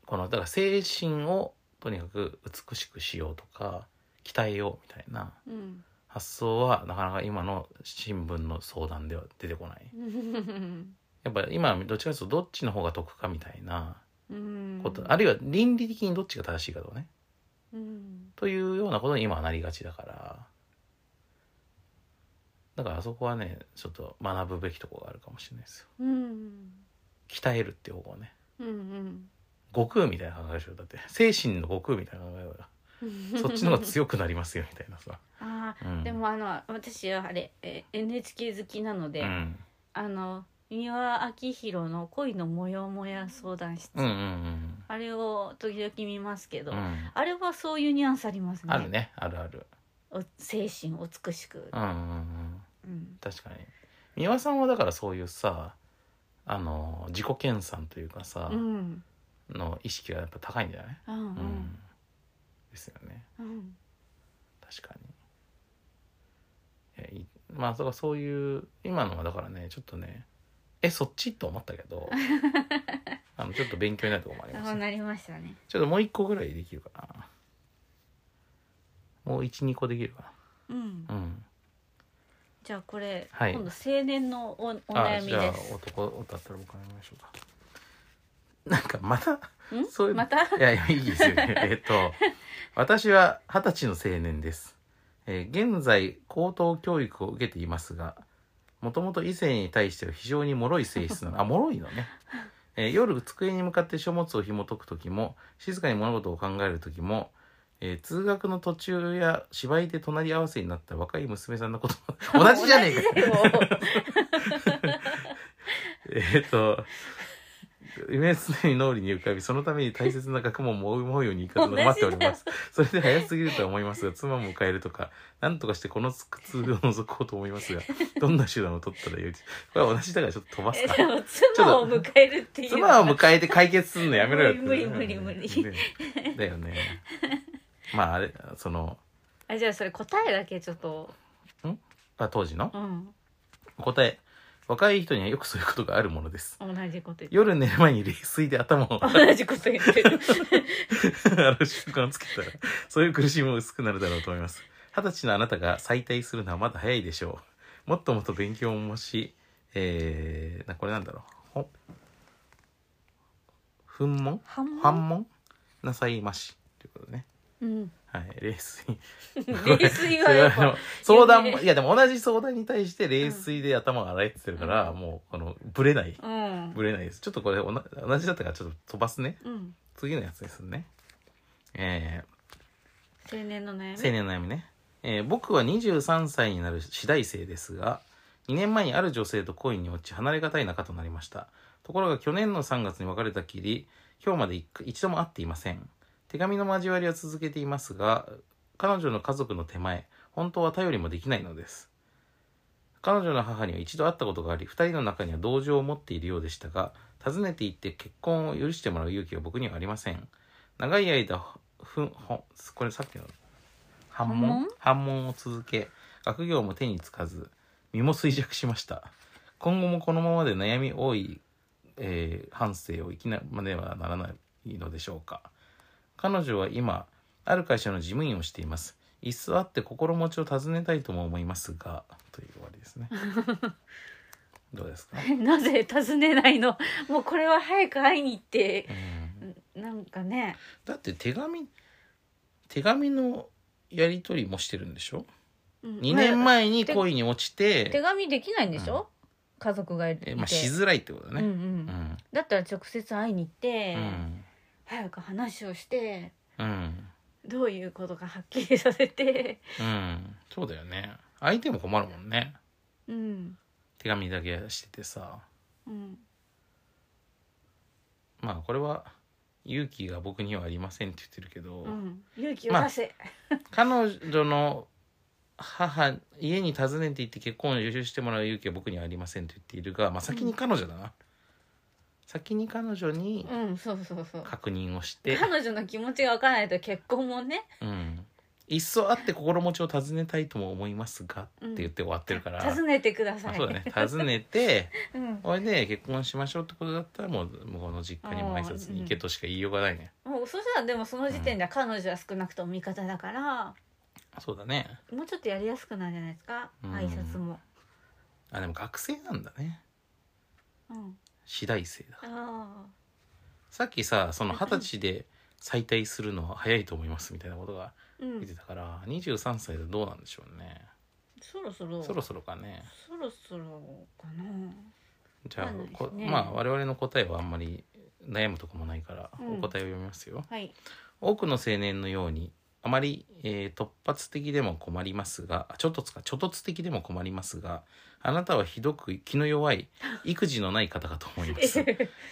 A: このだから精神をとにかく美しくしようとか鍛えようみたいな
B: うん
A: 発想はなかなか今の新聞の相談では出てこないやっぱ今どっちかというとどっちの方が得かみたいな
B: うん
A: こと、あるいは倫理的にどっちが正しいかとかね
B: うん
A: というようなことに今はなりがちだからだからあそこはねちょっと学ぶべきとこがあるかもしれないですよ
B: うん
A: 鍛えるっていう方向ね
B: うん
A: 悟空みたいな考えでしょだって精神の悟空みたいな考え
B: うん
A: がそっちの方が強くなりますよみたいなさ、
B: あー
A: うん、
B: でもあの私はあれえ NHK 好きなので、
A: うん、
B: あの三輪明宏の恋のモヤモヤ相談室、
A: うんうんうん
B: あれを時々見ますけど、
A: うん
B: あれはそういうニュアンスありますね
A: あるねあるある
B: お精神を美しく
A: うんうんうん
B: うん
A: 確かに美輪さんはだからそういうさあの自己研鑽というかさ
B: う、ん
A: の意識がやっぱ高いんじゃない、
B: うんう
A: うん
B: ん
A: ですよね、
B: うん
A: 確かにいやいいまあそうかそういう今のはだからねちょっとねえそっちと思ったけ どあのちょっと勉強になるところもありまし
B: そ
A: た
B: う
A: ね
B: なりましたね
A: ちょっともう一個ぐらいできるかなもう12個できるか
B: うん
A: なうん
B: じゃあこれ、
A: はい
B: 今度青年のおお
A: あ
B: 悩み
A: じゃ
B: で
A: あ
B: す
A: 男男だったら僕考えましょうかなんかまた
B: ん
A: そういう
B: また
A: いやいやいいですよねえっと私は二十歳の青年です、えー現在高等教育を受けていますがもともと異性に対しては非常に脆い性質なのあ脆いのね、えー夜机に向かって書物を紐解く時も静かに物事を考える時も、えー通学の途中や芝居で隣り合わせになった 若い娘さんのことも同じじゃねえか
B: 同じだよ
A: えっと夢は常に脳裏に浮かびそのために大切な学問も思うようにいかず
B: 同じだよ
A: 待っておりますそれで早すぎるとは思いますが妻も変えるとかなんとかしてこの苦痛を除こうと思いますがどんな手段を取ったらよいこれは同じだ からちょっと飛ばす
B: え
A: か
B: でも妻を迎えるっていう
A: 妻を迎えて解決するのやめろよって
B: 無理無理無理無理
A: ねだよねまああれその
B: あじゃあそれ答えだけちょっと
A: あ当時の
B: うん
A: 答え若い人にはよくそういうことがあるものです
B: 同じこと言って
A: 夜寝る前に冷水で頭を
B: 同じこと言っ てる
A: ある習慣をつけたらそういう苦しみも薄くなるだろうと思います二十歳のあなたが再退するのはまだ早いでしょうもっともっと勉強もしえー、なこれなんだろうほん憤懣反問なさいましということね
B: うん
A: はい冷水
B: 冷水はやっ
A: それ あの
B: ぱ
A: 相談もいやでも同じ相談に対して冷水で頭が洗えてるから、
B: うん
A: もうこのブレない
B: うん
A: ブレないですちょっとこれおな同じだったからちょっと飛ばすね
B: うん
A: 次のやつですねえー、
B: 青年の悩み
A: 青年の悩みね、えー僕は23歳になる次第生ですが2年前にある女性と恋に落ち離れがたい仲となりましたところが去年の3月に別れたきり今日まで一回一度も会っていません手紙の交わりは続けていますが彼女の家族の手前本当は頼りもできないのです彼女の母には一度会ったことがあり2人の中には同情を持っているようでしたが訪ねて行って結婚を許してもらう勇気は僕にはありません長い間ふんほんこれさっきの反問反問を続け学業も手につかず身も衰弱しました今後もこのままで悩み多い、えー反省を生きなまねはならないのでしょうか彼女は今ある会社の事務員をしていますいっそあって心持ちを尋ねたいとも思いますがという終わりです ねどうですか、
B: なぜ尋ねないのもうこれは早く会いに行って
A: うん
B: なんかね
A: だって手紙手紙のやり取りもしてるんでしょ
B: うん
A: 2年前に
B: 手
A: 恋に落ち
B: 手
A: て、
B: 紙できないんでしょ、家族がいて、
A: えまあ、しづらいってことだ
B: うんう
A: ね。うんん
B: だったら直接会いに行って、
A: うん
B: 早く話をして
A: うん
B: どういうことかはっきりさせて、
A: うんそうだよね相手も困るもんね
B: うん
A: 手紙だけしててさ
B: うん、
A: まあこれは勇気が僕にはありませんって言ってるけど、
B: うん、勇気を出せ、
A: 彼女の母家に訪ねて行って結婚を優秀してもらう勇気は僕にはありませんと言っているが、まあ、先に彼女だな、先に彼女に
B: うんそうそうそう
A: 確認をして、
B: 彼女の気持ちが分からないと結婚もね
A: うん、いっそ会って心持ちを尋ねたいとも思いますがって言って終わってるから、
B: 尋ねてくださ
A: あ
B: い
A: そうだね尋ね て
B: うん、
A: これで結婚しましょうってことだったらもう向こうの実家にも挨拶に行けとしか言いようがないね、
B: もうそしたらでもその時点では彼女は少なくとも味方だから、
A: そうだね
B: もうちょっとやりやすくなるんじゃないですか、
A: うん
B: 挨拶も、
A: あでも学生なんだね
B: うん、
A: 次第生だ
B: ああ
A: さっきさその二十歳で再退するのは早いと思いますみたいなことが
B: う
A: 出
B: ん
A: てたから、23歳でどうなんでしょうね
B: そろそろ
A: そろそろかね
B: そろそろかな
A: じゃあ
B: そうなんです
A: こ
B: ね
A: まあ我々の答えはあんまり悩むとこもないから、
B: うん
A: お答えを読みますよ
B: はい
A: 多くの青年のようにあまり、えー突発的でも困りますがちょっとつかちょっとつ的でも困りますがあなたはひどく気の弱い育児のない方かと思います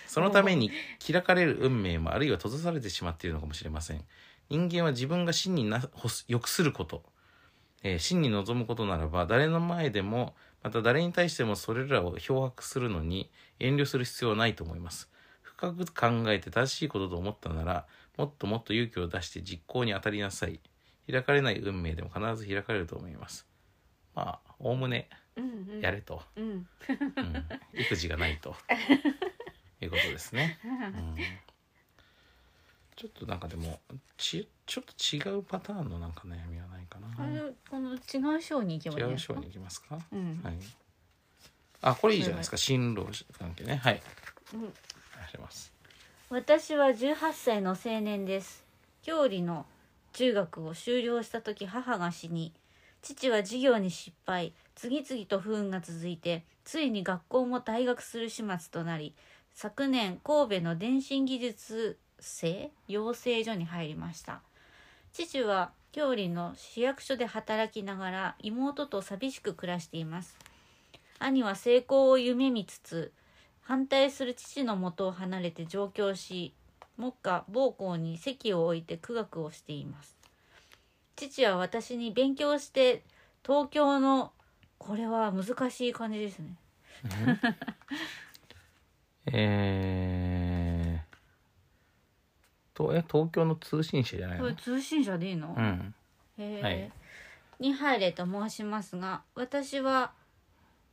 A: そのために開かれる運命もあるいは閉ざされてしまっているのかもしれません人間は自分が真にな欲す欲すること、えー真に望むことならば誰の前でもまた誰に対してもそれらを漂白するのに遠慮する必要はないと思います深く考えて正しいことと思ったならもっともっと勇気を出して実行に当たりなさい開かれない運命でも必ず開かれると思いますまあおおむね
B: うんうん
A: やれと、
B: うん
A: うん、育児がないということですねうんちょっとなんかでもちちょっと違うパターンのなんか悩みはないかな
B: あれこの違う章に行けばいいん
A: 違う
B: です
A: 章
B: か
A: に行きますか、
B: うん
A: はいあこれいいじゃないですか進路関係ねはい
B: うん
A: お願いします
B: 私は18歳の青年です郷里の中学を修了した時母が死に父は授業に失敗次々と不運が続いてついに学校も退学する始末となり昨年神戸の電信技術生養成所に入りました父は郷里の市役所で働きながら妹と寂しく暮らしています兄は成功を夢見つつ反対する父の元を離れて上京し目下奉公に籍を置いて苦学をしています父は私に勉強して東京のこれは難しい感じですね
A: えー、とえ東京の通信社じゃない
B: こ
A: の
B: れ通信社でいいの、
A: うん
B: へー
A: はい
B: に入れと申しますが私は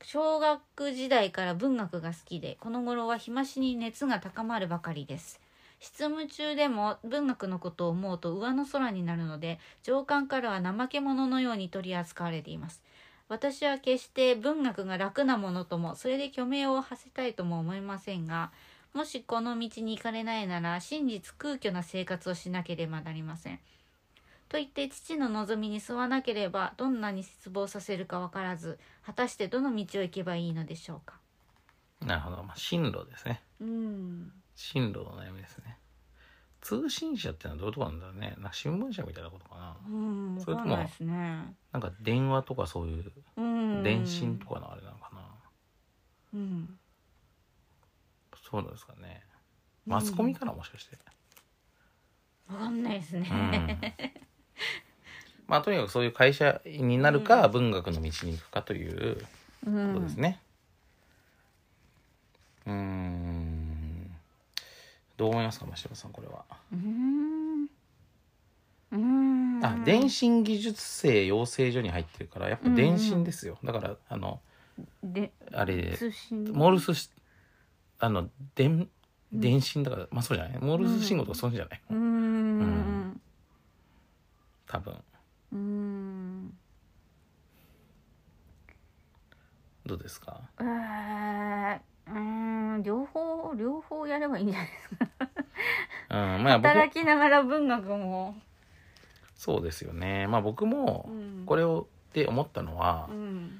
B: 小学時代から文学が好きでこの頃は日増しに熱が高まるばかりです執務中でも文学のことを思うと上の空になるので上官からは怠け者のように取り扱われています私は決して文学が楽なものともそれで虚名を馳せたいとも思いませんがもしこの道に行かれないなら真実空虚な生活をしなければなりませんと言って父の望みに沿わなければどんなに失望させるか分からず果たしてどの道を行けばいいのでしょうか
A: なるほど、まあ、進路ですね
B: うん
A: 進路の悩みですね通信社ってのはどういうとこなんだろうねなんか新聞社みたいなことかな
B: うん
A: それ
B: 分
A: と
B: か
A: も
B: んないですね
A: なんか電話とかそういう
B: うん
A: 電信とかのあれなのかな、
B: うん
A: そうなんですかねマスコミかなもしかして、
B: 分かんないですね、
A: うんまあとにかくそういう会社員になるか、
B: う
A: 文学の道に行くかという
B: うん
A: ことですねうーんどう思いますか真柴さんこれは、
B: うんうん
A: あ電信技術生養成所に入ってるからやっぱ電信ですよ、だからあの
B: で
A: あれ
B: 通信
A: モールスしあの電電信だから、まあそうじゃないモールス信号とかそうじゃない、
B: うん
A: 多分
B: うん
A: どうですか
B: えーうん両方両方やればいいんじゃないですか
A: うんまあ僕
B: 働きながら文学も
A: そうですよねまあ僕も
B: うん
A: これをで思ったのは、
B: うん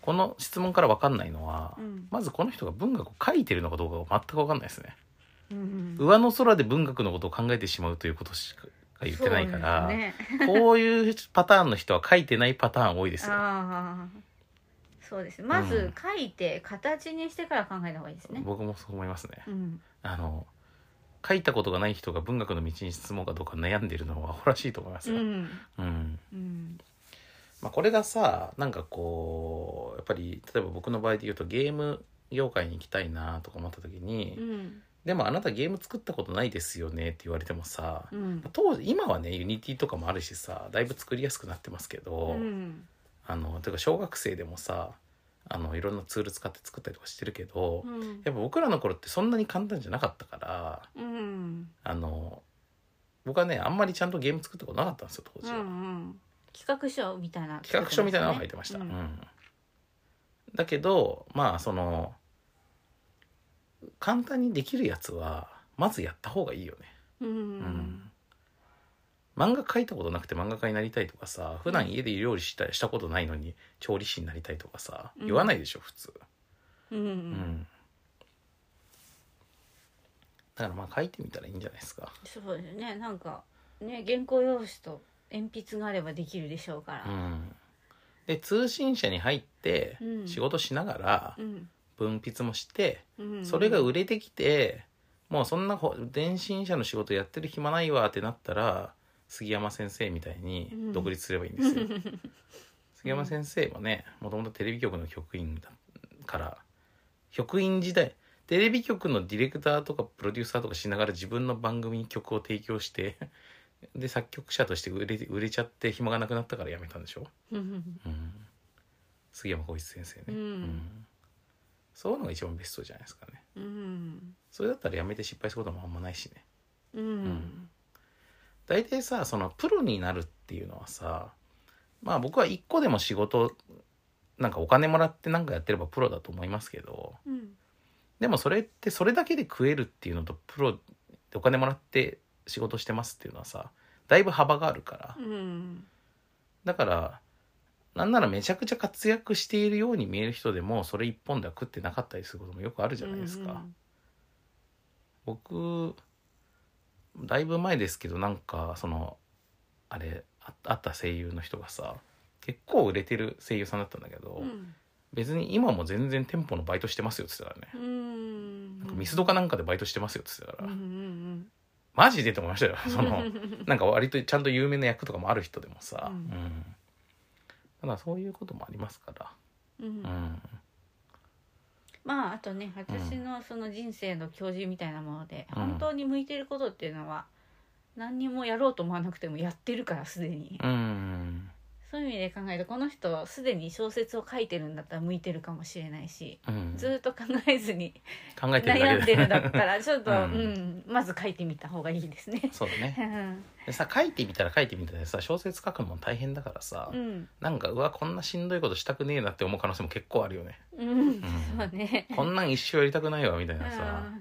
A: この質問から分かんないのは、
B: うん
A: まずこの人が文学を書いてるのかどうかが全く分かんないですね、
B: うん
A: 上の空で文学のことを考えてしまうということしか言ってないから、
B: そうね、
A: こういうパターンの人は書いてないパターン多いですよ
B: ああそうですま
A: うん
B: ず書いて形にしてから考えた方がいいですね、
A: 僕もそう思いますね
B: うん、
A: あの書いたことがない人が文学の道に進もうかどうか悩んでるのはアホらしいと思います
B: う
A: よ、
B: ん
A: うん
B: うん
A: まあ、これがさなんかこうやっぱり例えば僕の場合で言うとゲーム業界に行きたいなとか思った時に、
B: うん
A: でもあなたゲーム作ったことないですよねって言われてもさ、
B: うん
A: 当時今はねユニティとかもあるしさだいぶ作りやすくなってますけど、
B: うん
A: あのてか小学生でもさあのいろんなツール使って作ったりとかしてるけど、
B: うん
A: やっぱ僕らの頃ってそんなに簡単じゃなかったから
B: うん
A: あの僕はねあんまりちゃんとゲーム作ったことなかったんですよ当時
B: う
A: は、
B: ん企画書みたいな、
A: 企画書みたいなのが入ってました、
B: う
A: うん
B: ん
A: だけどまあその簡単にできるやつはまずやった方がいいよね
B: うん
A: うん漫画描いたことなくて漫画家になりたいとかさ普段家で料理したしたことないのに調理師になりたいとかさ
B: うん
A: 言わないでしょ普通、
B: う
A: うん
B: ん
A: だからまあ書いてみたらいいんじゃないですか
B: そうですねなんかね原稿用紙と鉛筆があればできるでしょうか
A: う
B: ら
A: んで通信社に入って
B: うん
A: 仕事しながら
B: うん、
A: 文筆もして
B: うん、
A: それが売れてきてもうそんなほ電信社の仕事やってる暇ないわってなったら杉山先生みたいに
B: うん
A: 独立すればいいんです よ、杉山先生もねもともとテレビ局の局員だから局員時代テレビ局のディレクターとかプロデューサーとかしながら自分の番組に曲を提供してで作曲者として売れて売れちゃって暇がなくなったからやめたんでしょ、
B: うん
A: うん、杉山浩一先生ね、
B: うん
A: そういうのが一番ベストじゃないですかね
B: うん
A: それだったらやめて失敗することもあんまないしね
B: うん
A: 大体さそのプロになるっていうのはさまあ僕は一個でも仕事なんかお金もらってなんかやってればプロだと思いますけど
B: うん
A: でもそれってそれだけで食えるっていうのとプロでお金もらって仕事してますっていうのはさだいぶ幅があるから
B: うん
A: だからなんならめちゃくちゃ活躍しているように見える人でもそれ一本では食ってなかったりすることもよくあるじゃないですか。僕だいぶ前ですけどなんかそのあれああった声優の人がさ結構売れてる声優さんだったんだけど、
B: うんうん
A: 別に今も全然店舗のバイトしてますよって言ってたからね、
B: うんうん
A: ミスドかなんかでバイトしてますよ」って言ってたか
B: うんう
A: ら、
B: ん
A: マジでと思いまし たよその
B: うんうん
A: なんか割とちゃんと有名な役とかもある人でもさ、
B: う
A: うんんただそういうこともありますか
B: うん
A: ら、うん、
B: まああとね私のその人生の教示みたいなもので、
A: うん
B: 本当に向いてることっていうのは何にもやろうと思わなくてもやってるからすでに、
A: うん
B: そういう意味で考えるとこの人はすでに小説を書いてるんだったら向いてるかもしれないし、
A: うん、
B: ずっと考えずに
A: 考えてるだ
B: 悩ん
A: け
B: で
A: で
B: るんだったらちょっと、う
A: うんん。
B: まず書いてみた方がいいですね
A: そうだね
B: うん
A: でさ書いてみたら書いてみたらさ小説書くのも大変だからさ、
B: うん、
A: なんかうわこんなしんどいことしたくねえなって思う可能性も結構あるよね
B: うん、そうね。
A: こんなん一生やりたくないわみたいなさ、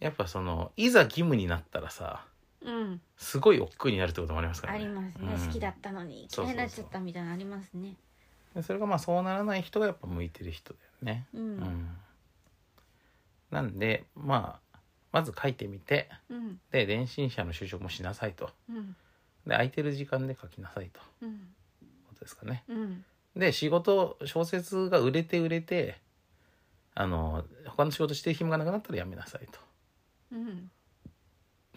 A: やっぱそのいざ義務になったらさ
B: うん、うん、
A: すごい億劫になるってこともありますから
B: あ
A: ね
B: りますね、
A: うん
B: 好きだったのに
A: そうそうそう
B: 嫌いになっちゃったみたいなのありますね。
A: でそれがまあそうならない人がやっぱ向いてる人だよね
B: う、
A: うんんなんでまあまず書いてみて
B: うん、
A: で電信社の就職もしなさいと
B: うん、
A: で空いてる時間で書きなさいという
B: うん、
A: ことですかね
B: うん、
A: で仕事小説が売れて売れてあの他の仕事してる暇がなくなったらやめなさいと
B: うん。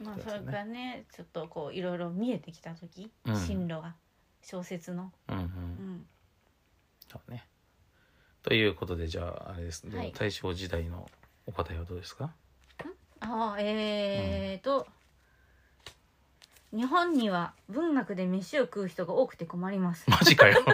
B: まあ
A: そうで
B: そ
A: すね
B: れがねちょっとこういろいろ見えてきた時、
A: うん
B: 進路が小説の、
A: うんうん
B: うん、
A: そうねということでじゃああれですね、
B: はい
A: 大正時代のお答えはどうですか
B: ああえーと、日本には文学で飯を食う人が多くて困ります
A: マジかよ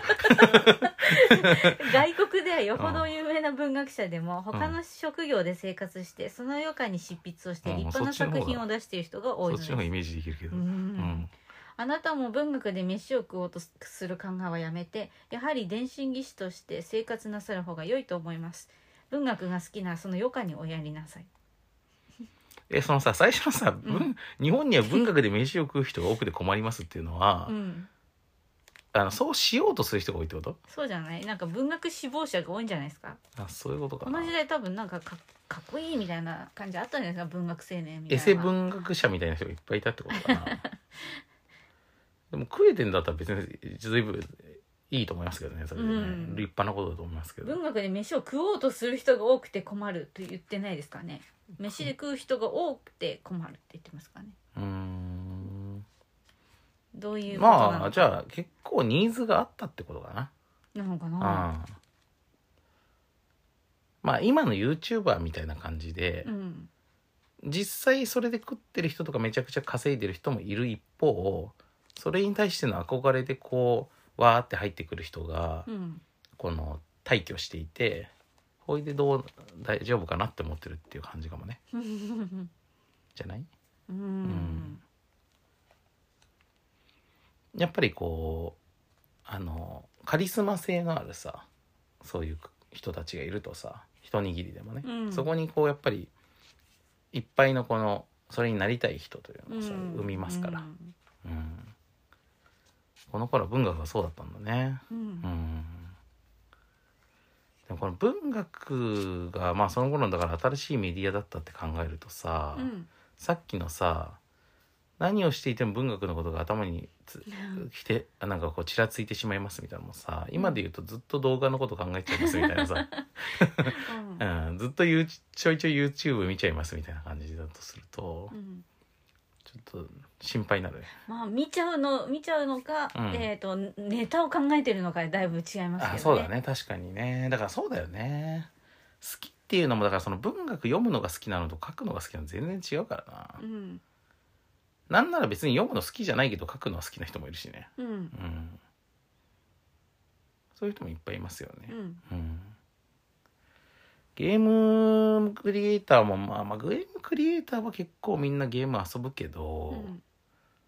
B: 外国ではよほど有名な文学者でも他の職業で生活してその余暇に執筆をして
A: うん
B: 立派な作品を出している人が 多い
A: そっ
B: ので
A: ち
B: す
A: の方がイメージできるけど
B: う
A: うんん
B: あなたも文学で飯を食おうとする考えはやめてやはり電信技師として生活なさる方が良いと思います文学が好きならその余暇におやりなさい
A: えそのさ最初のさ、文
B: うん
A: 日本には文学で飯を食う人が多くて困りますっていうのは、
B: うん
A: あのそうしようとする人が多いってこと
B: そうじゃないなんか文学志望者が多いんじゃないですか
A: あそういうことか
B: こ
A: な
B: の時代多分なんかかかっこいいみたいな感じあったんじゃないですか文学青年みたいな
A: エセ文学者みたいな人がいっぱいいたってことか なでも食えてんだったら別に随分いいと思いますけどねそれでね、
B: うん
A: 立派なことだと思いますけど
B: 文学で飯を食おうとする人が多くて困ると言ってないですかね飯で食う人が多くて困るって言ってますかね
A: うーん
B: どういうことなのか
A: まあじゃあ結構ニーズがあったってことかな
B: なのか
A: うん
B: な
A: まあ今の YouTuber みたいな感じで、
B: うん
A: 実際それで食ってる人とかめちゃくちゃ稼いでる人もいる一方それに対しての憧れでこうわーって入ってくる人が
B: うん
A: この退去していてほいでどう大丈夫かなって思ってるっていう感じかもね
B: うん
A: じゃない
B: うん
A: やっぱりこうあのカリスマ性のあるさそういう人たちがいるとさ一握りでもね、
B: うん
A: そこにこうやっぱりいっぱいのこのそれになりたい人というのをさ、生みますから。うんこの頃は文学がそうだったんだね。
B: うん
A: うん。でもこの文学がまあその頃のだから新しいメディアだったって考えるとさ、
B: うん
A: さっきのさ何をしていても文学のことが頭につきてあなんかこうちらついてしまいますみたいなのもさ今で言うとずっと動画のこと考えちゃいますみたいな さ、うん、ずっと You- ちょいちょい YouTube 見ちゃいますみたいな感じだとすると
B: うん
A: ちょっと心配になるね。
B: まあ見ちゃうの見ちゃうのか、
A: うん
B: えっ、とネタを考えてるのかでだいぶ違いますけどね。
A: あそうだ。ね確かにねだからそうだよね好きっていうのもだからその文学読むのが好きなのと書くのが好きなの全然違うからな、
B: うん
A: なんなら別に読むの好きじゃないけど書くのは好きな人もいるしね
B: うん
A: うんそういう人もいっぱいいますよ
B: う
A: ね
B: ん
A: うんゲームクリエイターもまあまあゲームクリエイターは結構みんなゲーム遊ぶけど、
B: うん。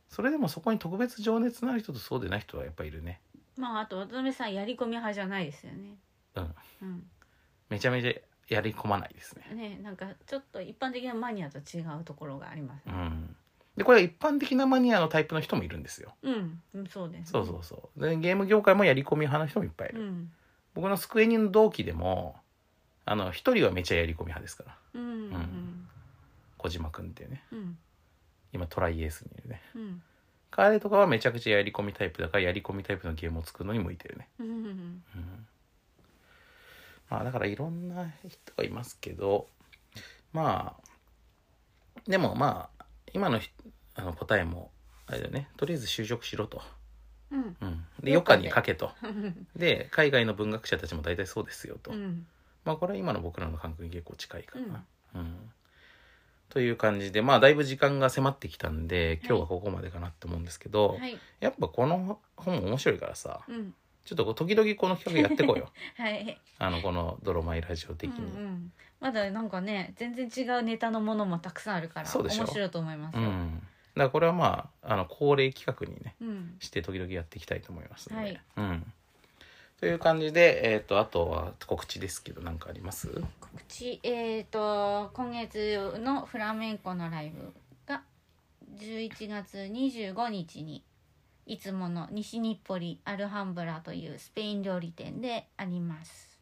A: それでもそこに特別情熱のある人とそうでない人はやっぱいるね
B: まああと渡辺さんやり込み派じゃないですよね。
A: うん
B: うん。
A: めちゃめちゃやり込まないですね
B: ねなんかちょっと一般的なマニアと違うところがあります
A: う
B: ね。
A: ん、でこれは一般的なマニアのタイプの人もいるんですよ
B: うん、うん、そうです、
A: そうそうそうでゲーム業界もやり込み派の人もいっぱいいる、
B: うん。
A: 僕のスクエニの同期でもあの一人はめちゃやり込み派ですから
B: うんうん
A: 小島君っていうね
B: うん
A: 今トライエースにいるね
B: うん
A: 彼とかはめちゃくちゃやり込みタイプだからやり込みタイプのゲームを作るのに向いてるね、
B: うんうん
A: うんまあだからいろんな人がいますけどまあでもまあ今のひあの答えもあれだよねとりあえず就職しろと、
B: うん
A: うん、で
B: 余
A: 余
B: 暇
A: 暇
B: で
A: にかけとで海外の文学者たちも大体そうですよと、
B: うん
A: まあこれは今の僕らの感覚に結構近いかな、うんという感じでまあだいぶ時間が迫ってきたんで今日はここまでかなって思うんですけど、
B: はい
A: やっぱこの本面白いからさ
B: うん
A: ちょっとこう時々この企画やってこう よ
B: はい
A: あのこの「ドロマイラジオ」的に、
B: うんうん、まだなんかね全然違うネタのものもたくさんあるから
A: そうでしょ
B: 面白いと思います
A: う
B: よ、
A: ん、だからこれはまああの恒例企画にね
B: うん
A: して時々やっていきたいと思いますので、
B: はい
A: うん、という感じで、えー、とあとは告知ですけど何かあります
B: 告知えっ、と今月のフラメンコのライブが11月25日にいつもの西日暮里アルハンブラというスペイン料理店であります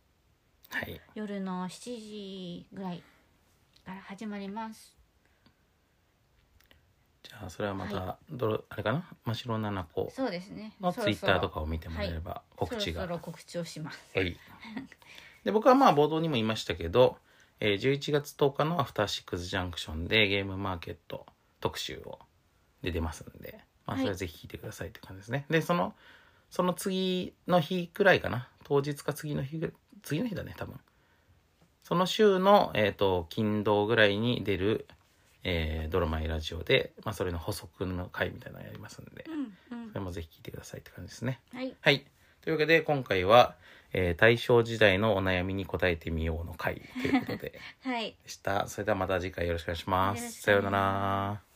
A: はい
B: 夜の7時ぐらいから始まります
A: じゃあそれはまた、
B: は
A: どろあれかな真白七子
B: そうですね
A: の
B: そ
A: ツイ
B: ろ
A: ッ
B: そ
A: タ
B: ろ
A: ーとかを見てもらえれば告知が
B: そろそろ告知をします
A: はい。 で、僕はまあ冒頭にも言いましたけど、えー11月10日のアフターシックスジャンクションでゲームマーケット特集をで出ますんで、まあ
B: はい
A: それはぜひ聞いてくださいって感じですね。で、その、その次の日くらいかな。当日か次の日ぐ、次の日だね、多分。その週の、えっ、と、金土ぐらいに出る、えードラマイラジオで、まあそれの補足の回みたいなのやりますんで
B: う、んうん
A: それもぜひ聞いてくださいって感じですね。
B: はい
A: はい。というわけで、今回は、えー大正時代のお悩みに答えてみようの回ということで
B: はい
A: でした。それではまた次回よろしくお願いしま
B: よろし
A: す。
B: く
A: さようなら。